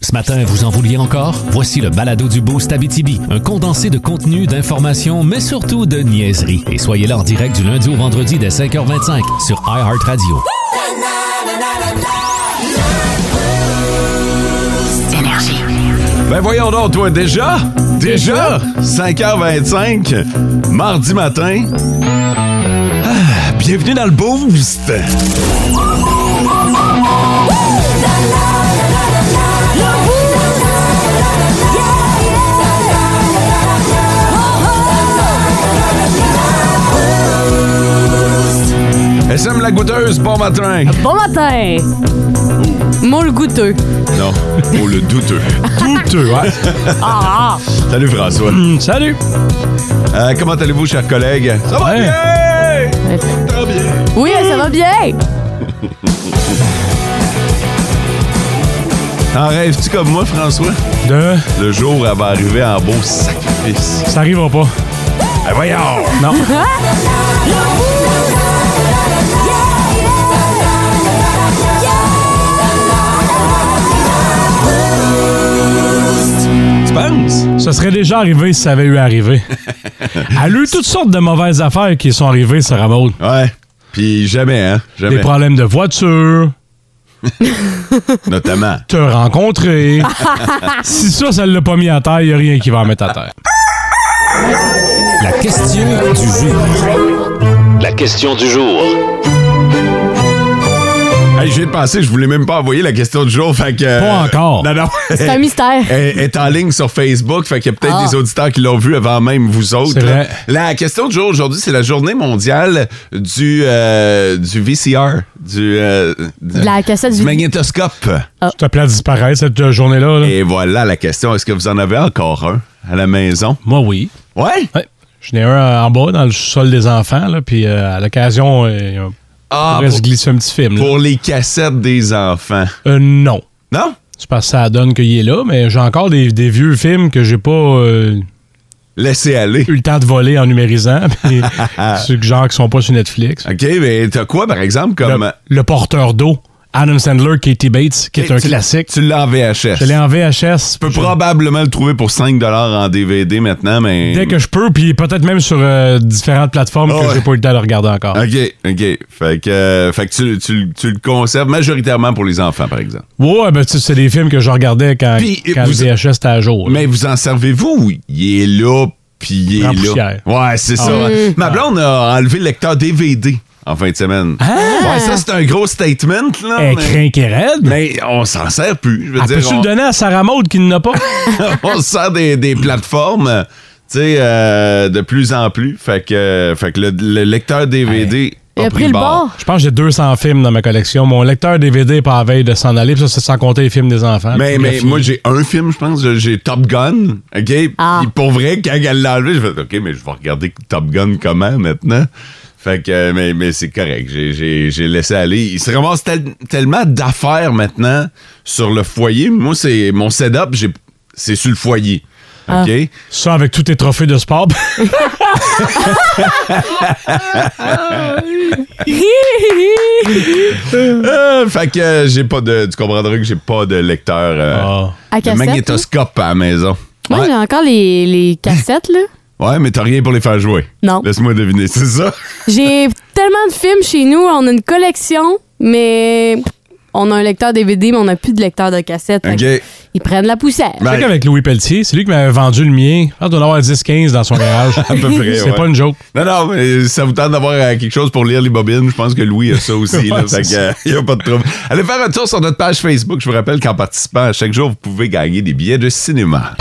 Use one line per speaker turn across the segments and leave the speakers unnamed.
Ce matin, vous en vouliez encore? Voici le balado du Boost Abitibi, un condensé de contenu, d'informations, mais surtout de niaiseries. Et soyez là en direct du lundi au vendredi dès 5h25 sur iHeartRadio.
Ben voyons donc, toi, déjà? Déjà? 5h25, mardi matin. Ah, bienvenue dans le Boost! SM la goûteuse, bon matin!
Bon matin! Moule goûteux.
Non, oh le douteux. douteux, hein? Hmm,
Ah, ah.
Salut François.
Salut!
Euh, comment allez-vous, chers collègues? Ça va
Ouais.
bien! Très bien!
Oui, ça va bien!
T'en rêves-tu comme moi, François?
De...
Le jour, elle va arriver en beau sacrifice.
Ça arrivera pas.
Eh, voyons!
Non.
Tu penses?
Ça serait déjà arrivé si ça avait eu à arriver. Elle a eu toutes sortes de mauvaises affaires qui sont arrivées, Sarah Maud.
Ouais. Puis jamais, hein?
Des
Jamais.
problèmes de voiture,
Notamment.
te rencontrer. si ça, ça l'a pas mis à terre, y a rien qui va en mettre à terre.
La question du jour.
La question du jour.
Hey, j'ai pensé, je voulais même pas envoyer la question du jour, fait que...
Pas encore.
Non, non.
C'est un mystère.
Elle est en ligne sur Facebook, fait qu'il y a peut-être
Ah.
des auditeurs qui l'ont vu avant même vous autres.
C'est
là.
vrai.
La question du jour aujourd'hui, c'est la journée mondiale du, euh, du VCR, du, euh, de-
De la Ah. cassette
du
du...
magnétoscope.
Tu te plais à disparaître cette euh, journée-là. là.
Et voilà la question. Est-ce que vous en avez encore un à la maison?
Moi, oui.
Ouais?
Ouais. J'en ai un euh, en bas, dans le sol des enfants, là, puis euh, à l'occasion, euh, on
Ah,
pourrait se
pour,
glisser un petit film. là.
pour les cassettes des enfants.
Euh, non.
Non?
C'est parce que ça donne qu'il est là, mais j'ai encore des, des vieux films que j'ai pas euh,
Laissez aller.
eu le temps de voler en numérisant. puis ceux que genre qui sont pas sur Netflix.
OK, mais t'as quoi, par exemple, Euh, comme... euh,
Le, Le porteur d'eau, Adam Sandler, Katie Bates, qui est un
Tu-
classique.
Tu l'as en VHS.
Je l'ai en VHS.
Tu peux probablement le trouver pour 5 en DVD maintenant, mais...
Dès que je peux, puis peut-être même sur euh, différentes plateformes
Ah
que
ouais.
j'ai pas eu le temps de regarder encore.
OK, OK. Fait que, euh, fait que tu, tu- tu le conserves majoritairement pour les enfants, par exemple.
Ouais, ben tu sais, c'est des films que je regardais quand,
Puis,
quand
vous-
le VHS était à jour. là.
Mais vous en servez-vous? ou Il est là, puis il est
En
là.
poussière. Ah.
Ouais, c'est ça. hein. Ma blonde a enlevé le lecteur DVD en fin de semaine. Ouais, ça, c'est un gros statement, là.
Ah. Elle
Ah, mais...
craint qu'elle raide.
mais on s'en sert plus. Je veux
Ah,
dire,
Peux-tu
on-
le donner à Sarah Maud qui n'a pas?
on se sert des, des plateformes, euh, tu sais, euh, de plus en plus. Fait que, euh, fait que le, le lecteur DVD
Il a pris
Ah,
le bord.
Je pense que j'ai 200 films dans ma collection. Mon lecteur DVD est pas à veille de s'en aller, puis ça, c'est sans compter les films des enfants.
Mais,
Puis
mais
le
moi,
film.
j'ai un film, je pense, j'ai Top Gun, OK?
Ah.
Puis pour vrai, quand elle l'a enlevé, je fais OK, mais je vais regarder Top Gun comment maintenant? Fait que, euh, mais, mais c'est correct, j'ai- j'ai j'ai laissé aller. Il se ramasse tel- tellement d'affaires maintenant sur le foyer. Moi, c'est mon setup, j'ai- c'est sur le foyer, OK?
Ah.
Ça, avec tous tes trophées de sport.
Euh, fait que euh, j'ai pas de. Tu comprendras que j'ai pas de lecteur. euh,
Ah.
À
de
cassette.
magnétoscope à la maison.
là. Moi,
ouais.
j'ai encore les, les cassettes, là.
Ouais, mais t'as rien pour les faire jouer.
Non.
Laisse-moi deviner, c'est ça?
J'ai tellement de films chez nous. On a une collection, mais... On a un lecteur DVD, mais on n'a plus de lecteur de cassette. Fait
OK.
que Ils prennent la poussière.
Ben,
Fait qu'avec Louis Pelletier, c'est lui qui m'avait vendu le mien. Ah, doit en avoir 10-15 dans son garage.
à peu près.
C'est
ouais.
pas une joke.
Non, Ben, non, mais ça vous tente d'avoir euh, quelque chose pour lire les bobines. Je pense que Louis a ça aussi. là,
Ouais,
fait
c'est
que, il a pas de trouble. Allez faire un tour sur notre page Facebook. Je vous rappelle qu'en participant à chaque jour, vous pouvez gagner des billets de cinéma.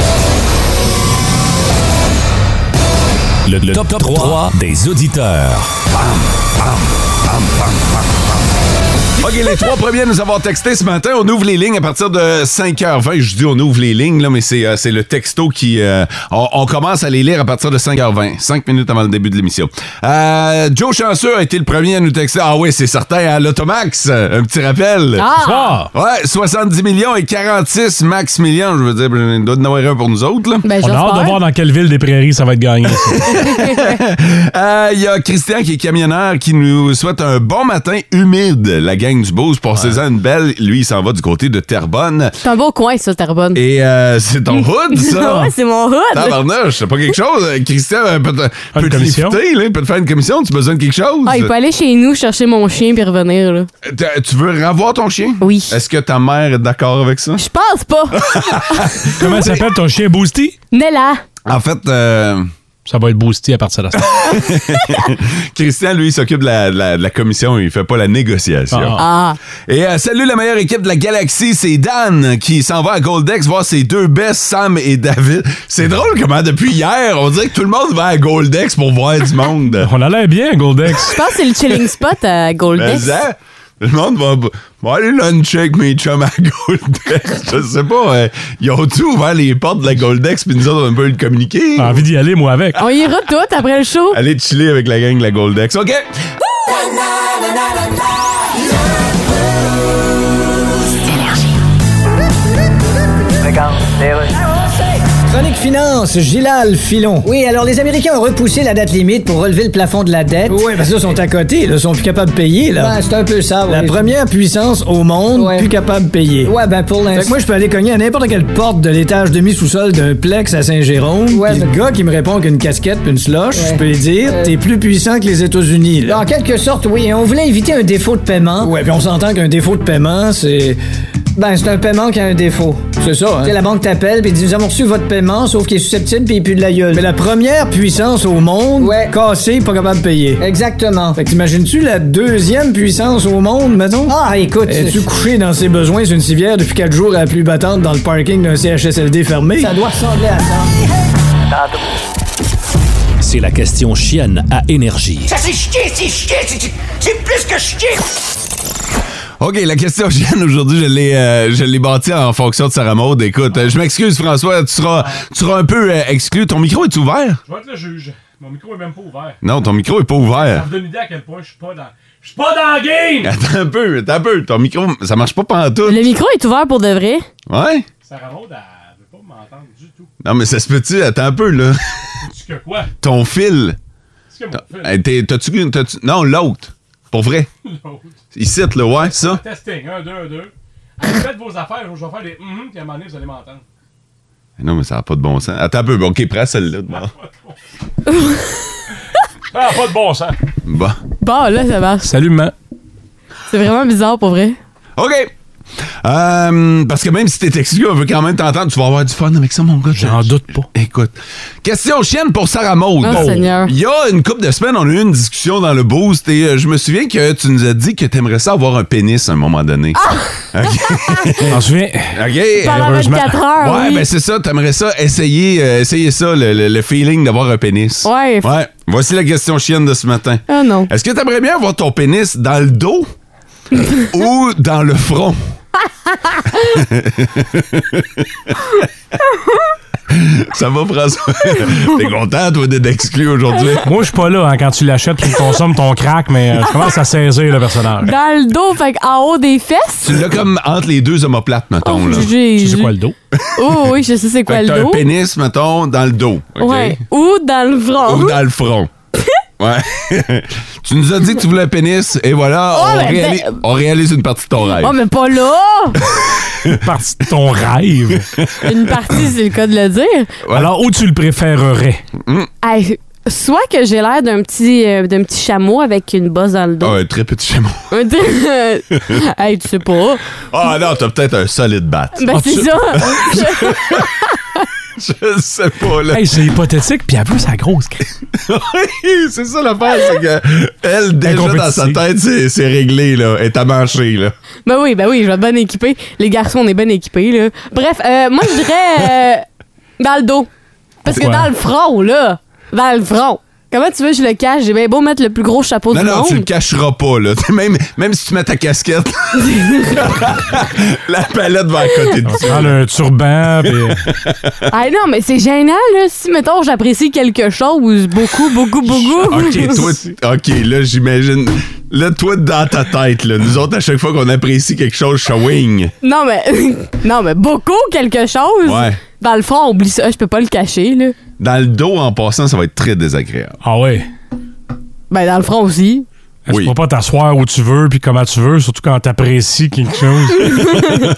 Le, le top, 3 des auditeurs.
OK, les trois premiers à nous avoir texté ce matin, on ouvre les lignes à partir de 5h20. Je dis on ouvre les lignes, là, mais c'est euh, c'est le texto qui... euh, on, on commence à les lire à partir de 5h20, 5 minutes avant le début de l'émission. Euh, Joe Chanceux a été le premier à nous texter. Ah oui, c'est certain, à l'Automax, un petit rappel.
Ah!
Ouais, 70 millions et 46 max millions. Je veux dire, il doit y en avoir un pour nous autres. là.
Ben,
On a hâte de voir
j'espère.
dans quelle ville des prairies ça va être gagné. ça.
Euh, Il y a Christian qui est camionneur qui nous souhaite un bon matin humide, la gang du Beauce. Pensez-en une belle. Lui, il s'en va du côté de Terrebonne.
C'est un beau coin, ça, Terrebonne.
Et euh, c'est ton hood, ça?
Mm. Ouais, c'est mon hood.
Tabarnouche, c'est pas quelque chose. Euh, Christian euh, peut te,
une
peut te
commission?
lifter, là, il peut te faire une commission. Tu as besoin de quelque chose?
Ah, il peut aller chez nous chercher mon chien puis revenir, là.
T'as- Tu veux revoir ton chien?
Oui.
Est-ce que ta mère est d'accord avec ça?
Je pense pas.
Comment s'appelle ton chien Boosty?
Nella.
En fait, euh,
Ça va être Boosty à partir de ça.
Christian, lui, il s'occupe de la, de la- de la commission. Il fait pas la négociation.
Ah.
Ah.
Et euh, salut la meilleure équipe de la galaxie, c'est Dan qui s'en va à Goldex voir ses deux bestes, Sam et David. C'est drôle comment depuis hier, on dirait que tout le monde va à Goldex pour voir du monde.
On a l'air bien, Goldex.
Je pense que c'est le chilling spot à
Mais
Goldex.
ça, le monde va, va aller luncher avec mes chums à Goldex. Je sais pas, euh, ils ont tout ouvert les portes de la Goldex puis nous autres on peut le communiquer.
J'ai envie d'y aller, moi, avec.
On ira toutes après le show.
Allez chiller avec la gang de la Goldex, ok?
Chronique Finance, Gilal Filon. Oui, alors les Américains ont repoussé la date limite pour relever le plafond de la dette. Oui, parce qu'ils sont à côté, ils sont plus capables de payer, là. Ben, c'est un peu ça, La première puissance au monde plus capable de payer. Ouais, ben pour l'instant. Fait que moi, je peux aller cogner à n'importe quelle porte de l'étage demi-sous-sol d'un plex à Saint-Jérôme. Ouais, ben- le gars qui me répond avec une casquette puis une slush, je peux lui dire, t'es plus puissant que les États-Unis, là. Euh, En quelque sorte, oui. On voulait éviter un défaut de paiement. Ouais, puis on s'entend qu'un défaut de paiement, c'est... Ben, c'est un paiement qui a un défaut. C'est ça, hein? la banque t'appelle puis dit Nous avons reçu votre paiement, sauf qu'il est susceptible puis il pue de la gueule. Mais la première puissance au monde, ouais. cassée, pas capable de payer. Exactement. Fait que t'imagines-tu la deuxième puissance au monde, mettons? Ah, écoute. Es-tu couché dans ses besoins sur une civière depuis quatre jours à la pluie battante dans le parking d'un CHSLD fermé? Ça doit ressembler à ça.
C'est la question chienne à énergie.
OK, la question gêne aujourd'hui, je l'ai euh, je l'ai bâtie en fonction de Sarah Maud. Écoute, euh, je m'excuse François, tu seras tu seras un peu euh, exclu. Ton micro est ouvert
Je vais être le juge. Mon micro est même pas ouvert.
Non, ton micro est pas ouvert.
donne une idée à quel point je suis pas dans. Je suis pas dans la game!
Attends un peu, attends un peu, ton micro ça marche pas pantoute.
Le micro est ouvert pour de vrai.
Ouais
Sarah Maud, elle veut pas m'entendre du tout.
Non, mais ça se peut-tu attends un peu là.
Tu que quoi?
Ton fil.
Est-ce que mon
Hey, Eh, t'es- T'as-tu t'as-tu- non, l'autre. Pour vrai. Ici là, ouais, ça.
Testing, 1, 2, 1, 2. Allez, faites vos affaires, je vais faire des hum puis à un moment donné, vous allez m'entendre.
Eh, Non, mais ça a pas de bon sens. Attends un peu. OK, prends celle-là de bord.
Ah, pas de bon sens.
Bon.
Bon, là, ça marche.
Salut, maman.
C'est vraiment bizarre pour vrai.
OK. Euh, parce que même si t'es exclu, on veut quand même t'entendre. Tu vas avoir du fun avec ça, mon gars.
J'en
Je-
doute pas.
Écoute. Question chienne pour Sarah Maud.
Oh, Seigneur.
Il y a une couple de semaines, on a eu une discussion dans le boost et euh, je me souviens que tu nous as dit que t'aimerais ça avoir un pénis à un moment donné.
Ah!
T'en souviens?
OK.
Pendant
Heureusement.
24 heures.
Ouais,
Ah oui.
ben c'est ça, t'aimerais ça, essayer, euh, essayer ça, le, le- le feeling d'avoir un pénis.
Ouais.
Ouais. Voici la question chienne de ce matin.
Ah non.
Est-ce que t'aimerais bien avoir ton pénis dans le dos ou dans le front? Ça va, François? T'es content, toi, d'être exclu aujourd'hui?
Moi, je suis pas là hein, quand tu l'achètes, tu le consommes, ton crack, mais euh, je commence à saisir le personnage.
Dans le dos, fait en haut des fesses.
Tu l'as comme entre les deux omoplates, mettons. là.
Oh, J'ai-
Tu sais quoi le dos?
Oh oui, je sais c'est quoi
Fait que
le
t'as un
dos.
pénis, mettons, dans le dos. OK?
Ouais. Ou dans le ventre.
Ou dans le front. Ouais. tu nous as dit que tu voulais un pénis, et voilà,
Oh,
on,
ben,
réalise,
ben-
on réalise une partie de ton rêve.
Oh, mais pas là!
Partie de ton rêve.
Une partie, c'est le cas de le dire.
Alors, où tu le préférerais?
Hey, soit que j'ai l'air d'un petit, euh, d'un petit chameau avec une bosse dans le dos.
Ah, un très petit chameau.
Un petit- hey, tu sais pas.
Ah non, t'as peut-être un solide bat.
Ben,
Ah,
c'est
tu-
ça.
Je sais pas, là.
Hey, c'est hypothétique, puis en plus, la grosse craque.
Oui, c'est ça l'affaire, c'est que elle, déjà dans sa
compétition.
tête, c'est c'est réglé, là. Elle est à mancher, là.
Ben oui, ben oui, je vais être bien équipé. Les garçons, on est bien équipés, là. Bref, euh, moi, je dirais euh, dans le dos. Parce que
Pourquoi?
dans le front, là. Dans le front. Comment tu veux que je le cache? J'ai bien beau mettre le plus gros chapeau
Non,
du
non,
monde.
tu le cacheras pas, là. Même, même si tu mets ta casquette, la palette va à côté de toi.
Prends le turban, puis
Ah non, mais c'est gênant, là. Si, mettons, j'apprécie quelque chose beaucoup, beaucoup, beaucoup.
OK, toi, t- OK, là, j'imagine. Là, toi, dans ta tête, là, nous autres, à chaque fois qu'on apprécie quelque chose, showing.
Non, mais. non, mais beaucoup quelque chose.
Ouais.
Dans le front, oublie ça. Ah, Je peux pas le cacher, là.
Dans le dos, en passant, ça va être très désagréable.
Ah ouais.
Ben, dans le front aussi.
Oui.
Tu peux pas t'asseoir où tu veux, puis comment tu veux, surtout quand t'apprécies quelque chose.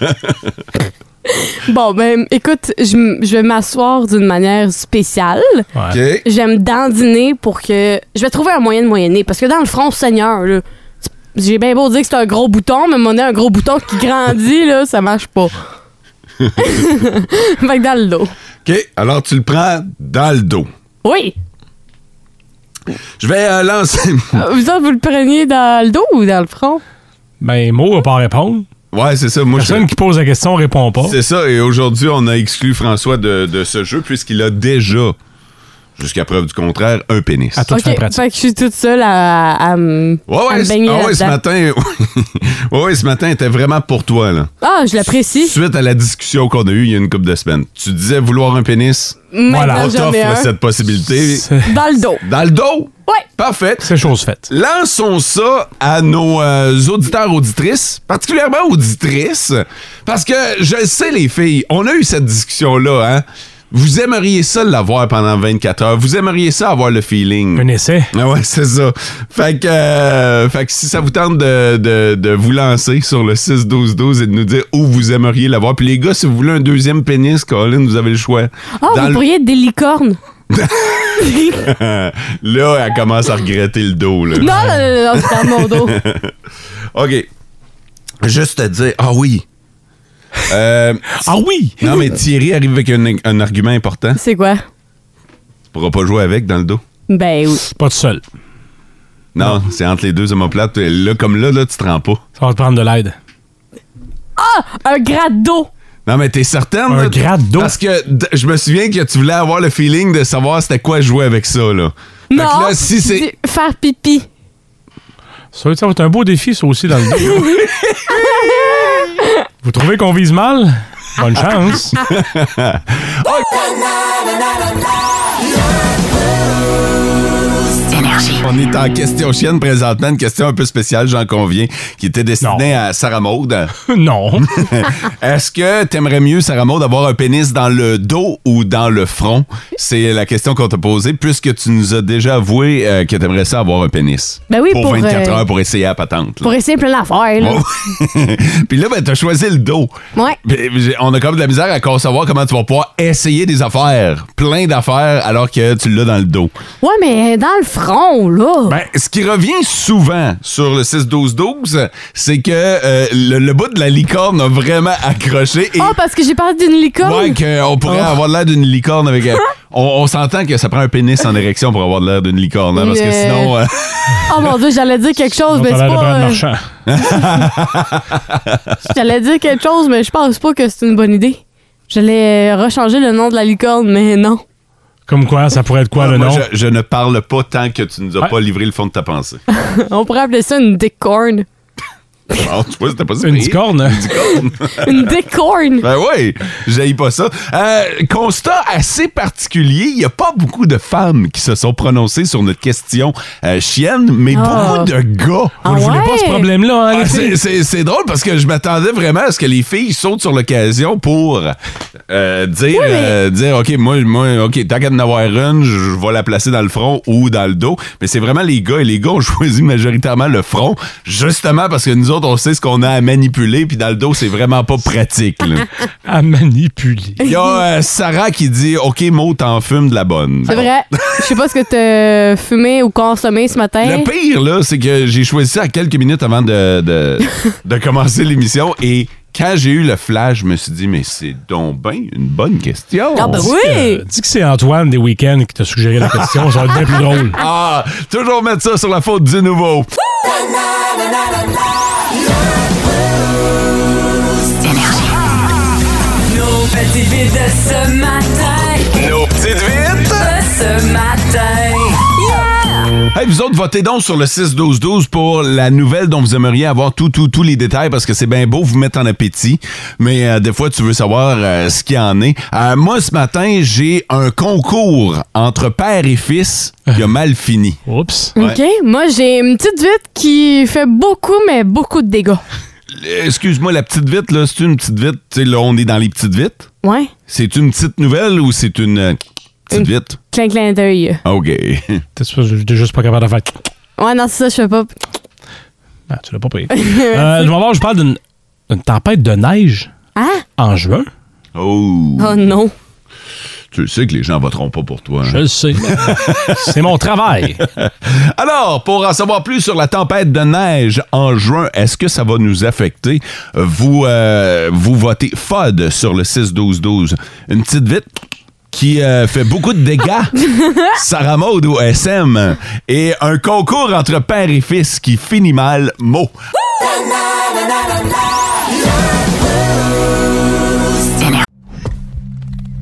Bon, ben, écoute, je m- je vais m'asseoir d'une manière spéciale.
Ouais.
OK?
Je vais me dandiner pour que. Je vais trouver un moyen de moyenner. Parce que dans le front, Seigneur, là. c'est- J'ai bien beau dire que c'est un gros bouton, mais mon un gros bouton qui grandit, là, ça marche pas. fait que dans le dos.
OK, alors tu le prends dans le dos.
Oui.
Je vais euh, lancer.
Euh, Vous autres, vous le preniez dans le dos ou dans le front?
Ben, Mo va pas répondre.
Ouais, c'est ça. Moi, je-
Personne qui pose la question répond pas.
C'est ça, et aujourd'hui, on a exclu François de, de ce jeu puisqu'il a déjà, jusqu'à preuve du contraire, un pénis.
À toute
Ok, ben-
fin pratique.
fait que je suis toute seule à, à me
Ouais,
à
ouais,
me
c-
baigner
ah ouais, ce
là-dedans.
matin, ouais, ouais, ce matin était vraiment pour toi, là.
Ah, je l'apprécie.
Suite à la discussion qu'on a eue il y a une couple de semaines, tu disais vouloir un pénis,
Voilà,
Maintenant,
on
j'en ai
t'offre
un.
cette possibilité.
C'est
Dans le dos.
Dans le dos?
Ouais.
Parfait.
c'est chose faite.
Lançons ça à nos euh, auditeurs auditrices, particulièrement auditrices, parce que je le sais les filles, on a eu cette discussion là hein. Vous aimeriez ça l'avoir pendant 24 heures, vous aimeriez ça avoir le feeling.
Un essai.
Ah Ouais, c'est ça. Fait que, euh, fait que si ça vous tente de, de- de vous lancer sur le 6-12-12 et de nous dire où vous aimeriez l'avoir. Puis les gars, si vous voulez un deuxième pénis, Colin, vous avez le choix.
Ah,
Dans
vous
le-
pourriez être des licornes.
là, elle commence à regretter le dos. Là.
Non, non, non, non, non, c'est dans mon dos.
OK. Juste te dire, ah oui. Euh,
Ah oui!
non, mais Thierry arrive avec un, un argument important.
C'est quoi?
Tu pourras pas jouer avec dans le dos.
Ben oui.
Pas tout seul.
Non, c'est entre les deux omoplates. Là, comme là, là, tu te rends pas.
Ça va te prendre de l'aide.
Un grade d'eau.
Non, mais t'es certaine.
Un
là,
grade d'eau.
Parce que d- je me souviens que tu voulais avoir le feeling de savoir c'était quoi jouer avec ça, là. Fait que
Non.
là, si c'est.
c'est- Faire pipi.
Ça, ça va être un beau défi, ça aussi, dans le dos. Vous trouvez qu'on vise mal? Bonne chance.
On est en question chienne présentement, une question un peu spéciale, j'en conviens, qui était destinée à Sarah Maud.
Oh, ben,
non.
Est-ce que t'aimerais mieux, Sarah Maud, avoir un pénis dans le dos ou dans le front? C'est la question qu'on t'a posée, puisque tu nous as déjà avoué euh, que t'aimerais ça avoir un pénis.
Ben oui,
pour,
pour,
24
euh,
heures pour essayer à patente. là.
Pour essayer plein d'affaires, là.
Ouais. Puis là, ben, t'as choisi le dos.
Ouais.
Ben, j'ai- On a comme de la misère à concevoir comment tu vas pouvoir essayer des affaires, plein d'affaires, alors que tu l'as dans le dos.
Ouais, mais dans le front, là.
Oh. Ben, ce qui revient souvent sur le 6-12-12, c'est que euh, le, le bout de la licorne a vraiment accroché. Et
Ah, parce que j'ai parlé d'une licorne.
Ouais, qu'on pourrait avoir l'air d'une licorne avec. euh, on on s'entend que ça prend un pénis en érection pour avoir l'air d'une licorne, hein, parce que
Euh,
sinon. euh,
Oh mon dieu, j'allais dire quelque chose,
On
mais
va
c'est
l'air de
pas.
prendre
euh,
marchand.
J'allais dire quelque chose, mais je pense pas que c'est une bonne idée. J'allais euh, rechanger le nom de la licorne, mais non.
Comme quoi, ça pourrait être quoi le
moi,
nom?
je, je ne parle pas tant que tu nous as
Ouais.
pas livré le fond de ta pensée.
On pourrait appeler ça une décorne.
Bon, tu vois, c'était pas pire.
Une licorne?
Une décorne!
Ben oui, j'aille pas ça. Euh, constat assez particulier, il n'y a pas beaucoup de femmes qui se sont prononcées sur notre question euh, chienne, mais
Ah.
beaucoup de gars.
Ah
Vous voulez pas ce
ouais?
problème-là, hein, les
Ah,
filles?
c'est- c'est c'est drôle parce que je m'attendais vraiment à ce que les filles sautent sur l'occasion pour euh, dire, euh, dire OK, moi, moi OK, tant qu'à en avoir une, je je vais la placer dans le front ou dans le dos. Mais c'est vraiment les gars. Et les gars ont choisi majoritairement le front, justement parce que nous autres, on sait ce qu'on a à manipuler, puis dans le dos, c'est vraiment pas pratique. là.
À manipuler.
Il y a euh, Sarah qui dit OK, Mo, t'en fumes de la bonne.
C'est vrai. Je sais pas ce que t'as fumé ou consommé ce matin.
Le pire, là, c'est que j'ai choisi ça à quelques minutes avant de, de, de commencer l'émission et quand j'ai eu le flash, je me suis dit, mais c'est donc bien une bonne question.
Ah, ben oui!
Euh, dis que c'est Antoine des week-ends qui t'a suggéré la question. Ça va être bien plus drôle.
Ah, toujours mettre ça sur la faute du nouveau.
Nos petites vites de ce matin. Nos petites vites de ce matin. Yeah!
Hey, vous autres, votez donc sur le 6-12-12 pour la nouvelle dont vous aimeriez avoir tous tout, tous les détails parce que c'est bien beau vous mettre en appétit, mais euh, des fois, tu veux savoir euh, ce qu'il y en est. Euh, moi, ce matin, j'ai un concours entre père et fils qui a mal fini.
Oups.
OK? Moi, j'ai une petite vite qui fait beaucoup, mais beaucoup de dégâts.
Excuse-moi, la petite vite, là, c'est une petite vite. Tu sais, là, on est dans les petites vites.
Ouais.
C'est une petite nouvelle ou c'est une euh, petite vite? Ah,
Clin, clin d'œil.
OK.
T'es sûr, j'étais juste pas capable de faire.
Ouais, non, c'est ça, je fais pas.
Ah, tu l'as pas pris. Euh, je vais voir, je parle d'une d'une tempête de neige
Hein?
en juin.
Oh,
Oh non.
tu le sais que les gens voteront pas pour toi. hein?
Je le sais. c'est mon travail.
Alors, pour en savoir plus sur la tempête de neige en juin, est-ce que ça va nous affecter? Vous, euh, vous votez FOD sur le 6-12-12. Une petite vite qui euh, fait beaucoup de dégâts. Sarah Maud au SM. Et un concours entre père et fils qui finit mal. Mot.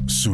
Sous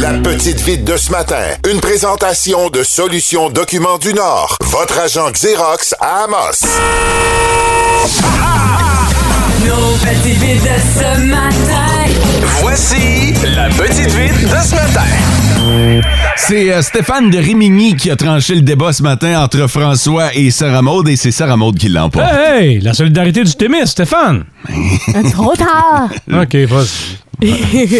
La petite vite de ce matin. Une présentation de Solutions Documents du Nord. Votre agent Xerox à Amos.
Nos petites vites de ce matin.
Voici la petite vite de ce matin.
C'est euh, Stéphane de Rimini qui a tranché le débat ce matin entre François et Sarah Maud, et c'est Sarah Maud qui l'emporte.
Hey, hey, la solidarité du Témis, Stéphane.
Trop tard!
OK, vas-y.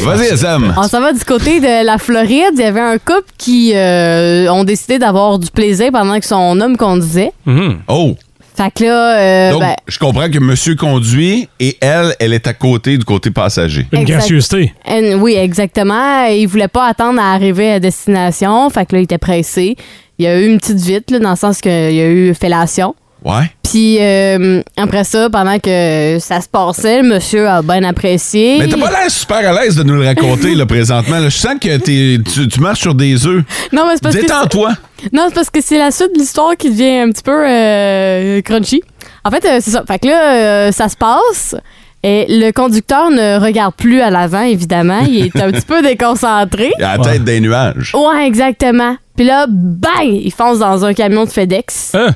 Vas-y, SM.
On s'en va du côté de la Floride. Il y avait un couple qui euh, ont décidé d'avoir du plaisir pendant que son homme conduisait.
Mhm.
Oh!
Fait que là, euh,
Donc,
ben,
je comprends que monsieur conduit et elle, elle est à côté du côté passager.
Une
Exact.
gracieuseté.
and- ben, oui, exactement. Il voulait pas attendre à arriver à destination. Fait que là, il était pressé. Il y a eu une petite vite, là, dans le sens qu'il y a eu fellation.
Ouais.
Puis euh, après ça, pendant que ça se passait, le monsieur a bien apprécié.
Mais t'as pas l'air super à l'aise de nous le raconter, là, présentement. là. Je sens que t'es- tu, tu marches sur des œufs.
Non, mais c'est parce que c'est-
Détends-toi.
Non, c'est parce que c'est la suite de l'histoire qui devient un petit peu euh, crunchy. En fait, euh, c'est ça. Fait que là, euh, ça se passe. Et le conducteur ne regarde plus à l'avant, évidemment. Il est un petit peu déconcentré.
À la tête des nuages.
Ouais, exactement. Puis là, bang! Il fonce dans un camion de FedEx.
Hein?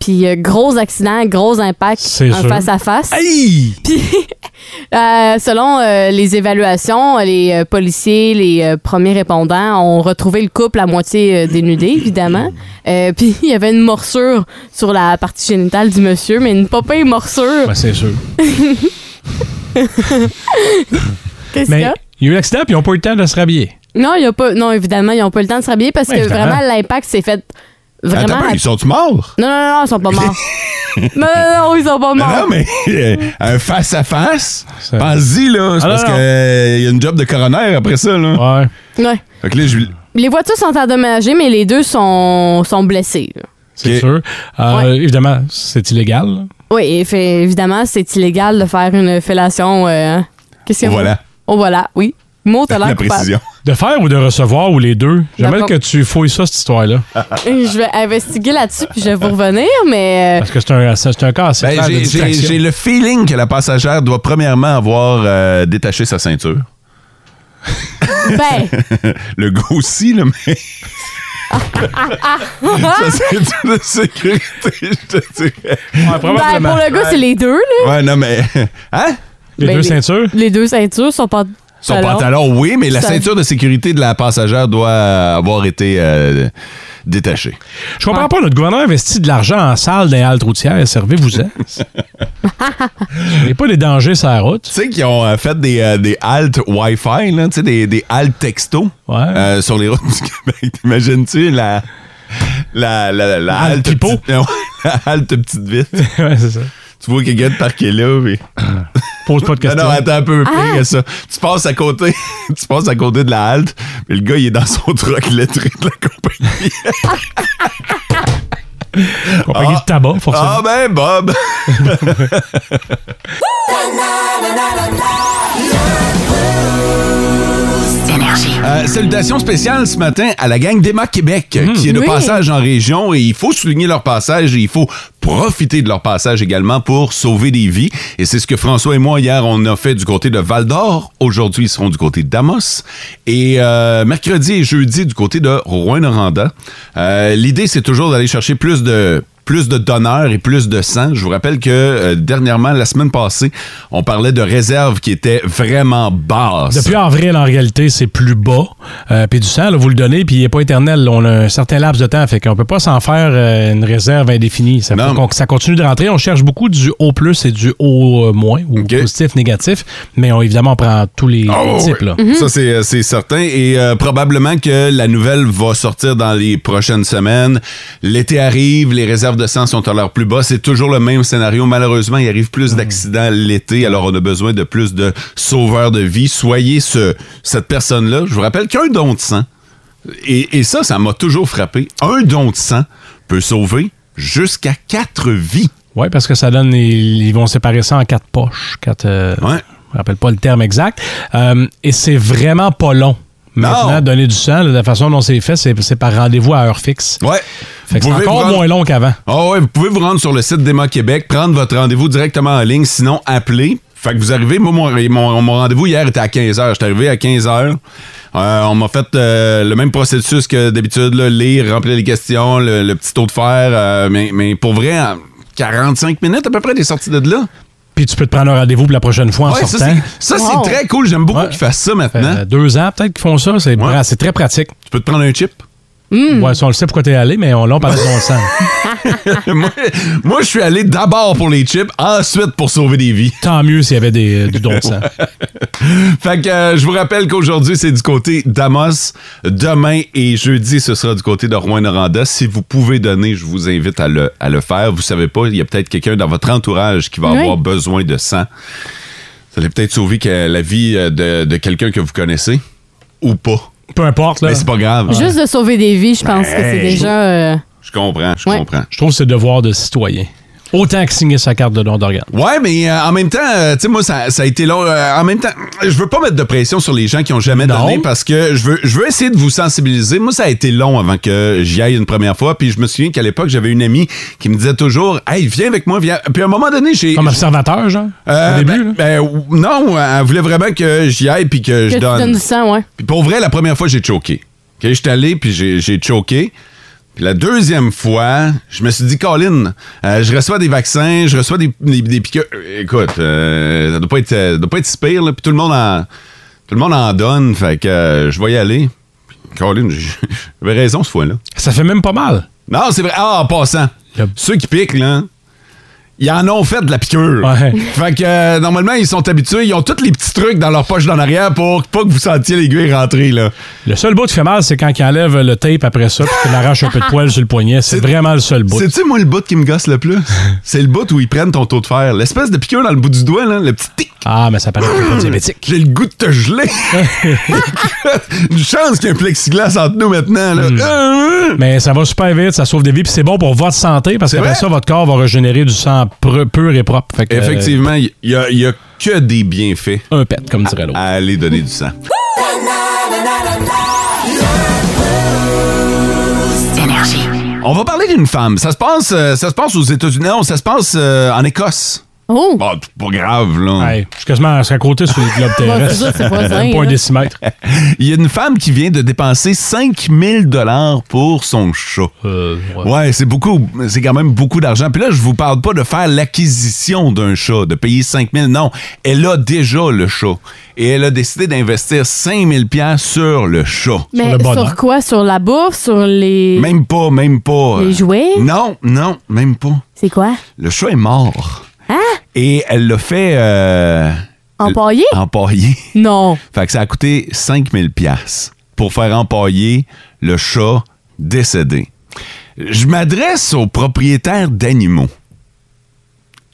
Puis euh, gros accident, gros impact
C'est
en
sûr.
face à face.
Hey!
Euh, selon euh, les évaluations, les euh, policiers, les euh, premiers répondants ont retrouvé le couple à moitié euh, dénudé, évidemment. Euh, Puis il y avait une morsure sur la partie génitale du monsieur, mais une popée morsure.
Ben, c'est sûr.
Qu'est-ce qu'il y
Mais
a?
il y a eu l'accident, puis ils n'ont pas eu le temps de se rhabiller.
Non, il y a pas, non, évidemment, ils n'ont pas le temps de se rhabiller parce
Ouais,
que
évidemment.
vraiment, l'impact s'est fait vraiment.
Attends, un peu,
à-
ils sont-tu morts?
Non, non, non, ils sont pas morts. non, non, non, ils sont pas
Mais
morts.
Non, mais euh, un face-à-face,
Ça-
pense-y, là. C'est
Ah, non,
parce qu'il
non.
y a une job de coroner après ça, là.
Ouais.
Ouais.
Fait que là, je lui-
Les voitures sont endommagées, mais les deux sont, sont blessés. là.
C'est
Ok.
sûr. Euh,
Ouais.
Évidemment, c'est illégal. là.
Oui, et fait- évidemment, c'est illégal de faire une fellation. euh, Qu'est-ce qu'il y a?
Voilà.
Oh voilà, oui. Mot à
la
l'air coupable.
précision.
De faire ou de recevoir ou les deux. J'aimerais
D'accord.
que tu fouilles ça, cette histoire-là.
Je vais investiguer là-dessus puis je vais vous revenir, mais. euh,
Parce que c'est un, c'est un cas assez
Ben,
clair de
j'ai- j'ai
distraction.
j'ai le feeling que la passagère doit premièrement avoir euh, détaché sa ceinture.
ben,
Le goût aussi, là, mais. ça, c'est de la sécurité, je te dirais.
Ouais,
ben,
probablement.
pour le gars, c'est les deux, là.
Ouais, non, mais. Hein?
Les
Ben,
deux
les-
ceintures.
Les deux ceintures sont pas.
Son pantalon, oui, mais la
Ça-
ceinture de sécurité de la passagère doit avoir été euh, détachée.
Je comprends pas, notre gouverneur investit de l'argent en salle d'un halte routière. Servez-vous-en. Il n'y a pas des dangers sur la route.
Tu sais qu'ils ont euh, fait des, euh, des haltes Wi-Fi, là, tu sais, des, des haltes texto
Ouais.
euh, sur les routes du Québec. T'imagines-tu la. La, la, la, la halte
Halte pipeau.
petite- Non, la halte petite vite.
ouais, c'est ça.
tu vois quelqu'un de parqué là, puis...
Pose pas
Non,
de questions.
non, attends un peu pire que ça. Tu passes à côté, tu passes à côté de la halte, mais le gars, il est dans son truck lettré de la compagnie.
Compagnie de tabac, forcément.
Ah ben, Bob! Euh, salutations spéciales ce matin à la gang d'Emma Québec euh, qui est de
Oui.
passage en région et il faut souligner leur passage et il faut profiter de leur passage également pour sauver des vies. Et c'est ce que François et moi hier on a fait du côté de Val d'Or. Aujourd'hui ils seront du côté d'Amos et euh, mercredi et jeudi du côté de Rouen-Noranda. Euh, L'idée c'est toujours d'aller chercher plus de plus de donneurs et plus de sang. Je vous rappelle que euh, dernièrement, la semaine passée, on parlait de réserves qui étaient vraiment basses.
Depuis avril, en réalité, c'est plus bas. Euh, puis du sang, là, vous le donnez, puis il n'est pas éternel. là. On a un certain laps de temps, fait qu'on peut pas s'en faire euh, une réserve indéfinie. Ça, fait qu'on- ça continue de rentrer. On cherche beaucoup du haut plus et du haut euh, moins, ou positif, négatif, mais on, évidemment, on prend tous les
Ah oui,
types.
oui.
là.
Ça, c'est, c'est certain. Et euh, probablement que la nouvelle va sortir dans les prochaines semaines. L'été arrive, les réserves de sang sont à leur plus bas. C'est toujours le même scénario. Malheureusement, il arrive
Mhm.
plus d'accidents l'été, alors on a besoin de plus de sauveurs de vie. Soyez ce, cette personne-là. Je vous rappelle qu'un don de sang, et, et ça, ça m'a toujours frappé, un don de sang peut sauver jusqu'à quatre vies.
Oui, parce que ça donne. Ils, ils vont séparer ça en quatre poches. Quatre, euh, Je me rappelle pas le terme exact. Euh, et c'est vraiment pas long. Maintenant, donner du sang, là, de la façon dont c'est fait, c'est c'est par rendez-vous à heure fixe.
Ouais.
Fait que c'est
Vous pouvez
encore
vous rendre-
moins long qu'avant.
Ah ouais, vous pouvez vous rendre sur le site d'Emma Québec, prendre votre rendez-vous directement en ligne, sinon appelez. Fait que vous arrivez, moi, mon, mon- mon rendez-vous hier était à 15h. J'étais arrivé à 15h. Euh, on m'a fait euh, le même processus que d'habitude, là, lire, remplir les questions, le, le petit taux de fer. euh, mais, mais pour vrai, en 45 minutes à peu près, des sorties de là.
Puis tu peux te prendre un rendez-vous pour la prochaine fois en
Ouais, ça,
sortant.
c'est- Hein? ça, c'est Wow. très cool. J'aime beaucoup qu'ils fassent ça maintenant.
fait, euh, deux ans peut-être qu'ils font ça. C'est bra- c'est très pratique.
Tu peux te prendre un chip.
Ouais, ça, on le sait pourquoi t'es allé, mais on l'a parlé de ton sang.
moi, moi, je suis allé d'abord pour les chips, ensuite pour sauver des vies.
Tant mieux s'il y avait des, du don de sang.
fait que euh, je vous rappelle qu'aujourd'hui, c'est du côté d'Amos. Demain et jeudi, ce sera du côté de Rouen-Noranda. Si vous pouvez donner, je vous invite à le, à le faire. Vous savez pas, il y a peut-être quelqu'un dans votre entourage qui va
Oui.
avoir besoin de sang. Ça allait peut-être sauver que- la vie euh, de, de quelqu'un que vous connaissez ou pas.
Peu importe.
Mais c'est pas grave.
Juste de sauver des vies, je pense
Ben,
que c'est
hey.
déjà. euh,
Je comprends, je comprends.
Je trouve que c'est le devoir de citoyen. Autant que signer sa carte de don d'organe.
Ouais, mais euh, en même temps, euh, tu sais, moi, ça, ça a été long. Euh, en même temps, je veux pas mettre de pression sur les gens qui ont jamais donné parce que je veux, je veux essayer de vous sensibiliser. Moi, ça a été long avant que j'y aille une première fois. Puis je me souviens qu'à l'époque, j'avais une amie qui me disait toujours Hey, viens avec moi, viens. Puis à un moment donné, j'ai.
Comme observateur, genre?
Euh, ben- ben, ou- non, elle voulait vraiment que j'y aille puis que,
que
je
tu
donne.
donnes du sang, ouais.
Puis pour vrai, la première fois, j'ai choqué. OK, j'étais allé, puis j'ai, j'ai choqué. Puis la deuxième fois, je me suis dit, Colin, euh, je reçois des vaccins, je reçois des, des, des piqûres. Euh, Écoute, euh, ça doit pas être, euh, ça doit pas être si pire, là. Puis tout le monde en, tout le monde en donne, fait que euh, je vais y aller. Puis Colin, j'ai- j'avais raison cette fois-là.
Ça fait même pas mal.
Non, c'est vrai. Ah, en passant, ceux qui piquent, là, ils en ont fait de la piqûre.
Ouais.
Fait que euh, normalement, ils sont habitués, ils ont tous les petits trucs dans leur poche d'en arrière pour pas que vous sentiez l'aiguille rentrer, là.
Le seul bout qui fait mal, c'est quand il enlève le tape après ça, puis qu'il arrache un peu de poil sur le poignet. C'est vraiment le seul bout.
C'est-tu, moi, le bout qui me gosse le plus? C'est le bout où ils prennent ton taux de fer. L'espèce de piqûre dans le bout du doigt, là, le petit tic. Hmm.
Ah, mais ça paraît que t'es diabétique.
J'ai le goût de te geler. Une chance qu'il y ait un plexiglas entre nous maintenant. Là. Euh, euh.
Mais ça va super vite, ça sauve des vies, puis c'est bon pour votre santé, parce
C'est
qu'après
vrai.
ça, votre corps va régénérer du sang pr- pur et propre. Fait que, euh,
Effectivement, il n'y a, il y a que des bienfaits.
Un pet, comme dirait l'autre.
À aller donner du sang. On va parler d'une femme. Ça se passe, euh, ça se passe aux États-Unis. Non, ça se passe euh, en Écosse.
Oh!
Bon, c'est pas grave, là.
Hey, je suis quasiment à côté sur le globe
Ouais, c'est hein. ça,
terrestre.
c'est voisin,
Même pas un
là.
décimètre.
Il y a une femme qui vient de dépenser 5000 dollars pour son chat. ouais, c'est beaucoup, c'est quand même beaucoup d'argent. Puis là, je vous parle pas de faire l'acquisition d'un chat, de payer 5000. Non, elle a déjà le chat et elle a décidé d'investir 5000 pièces sur le chat.
Mais sur, quoi? Sur la bouffe? Sur les.
Même pas, même pas. euh,
Les jouets?
Non, non, même pas.
C'est quoi?
Le chat est mort.
Hein?
Et elle l'a fait euh,
Empaillé?
Ah. empailler.
Non.
Fait que ça a coûté 5000 pièces pour faire empailler le chat décédé. Je m'adresse aux propriétaires d'animaux.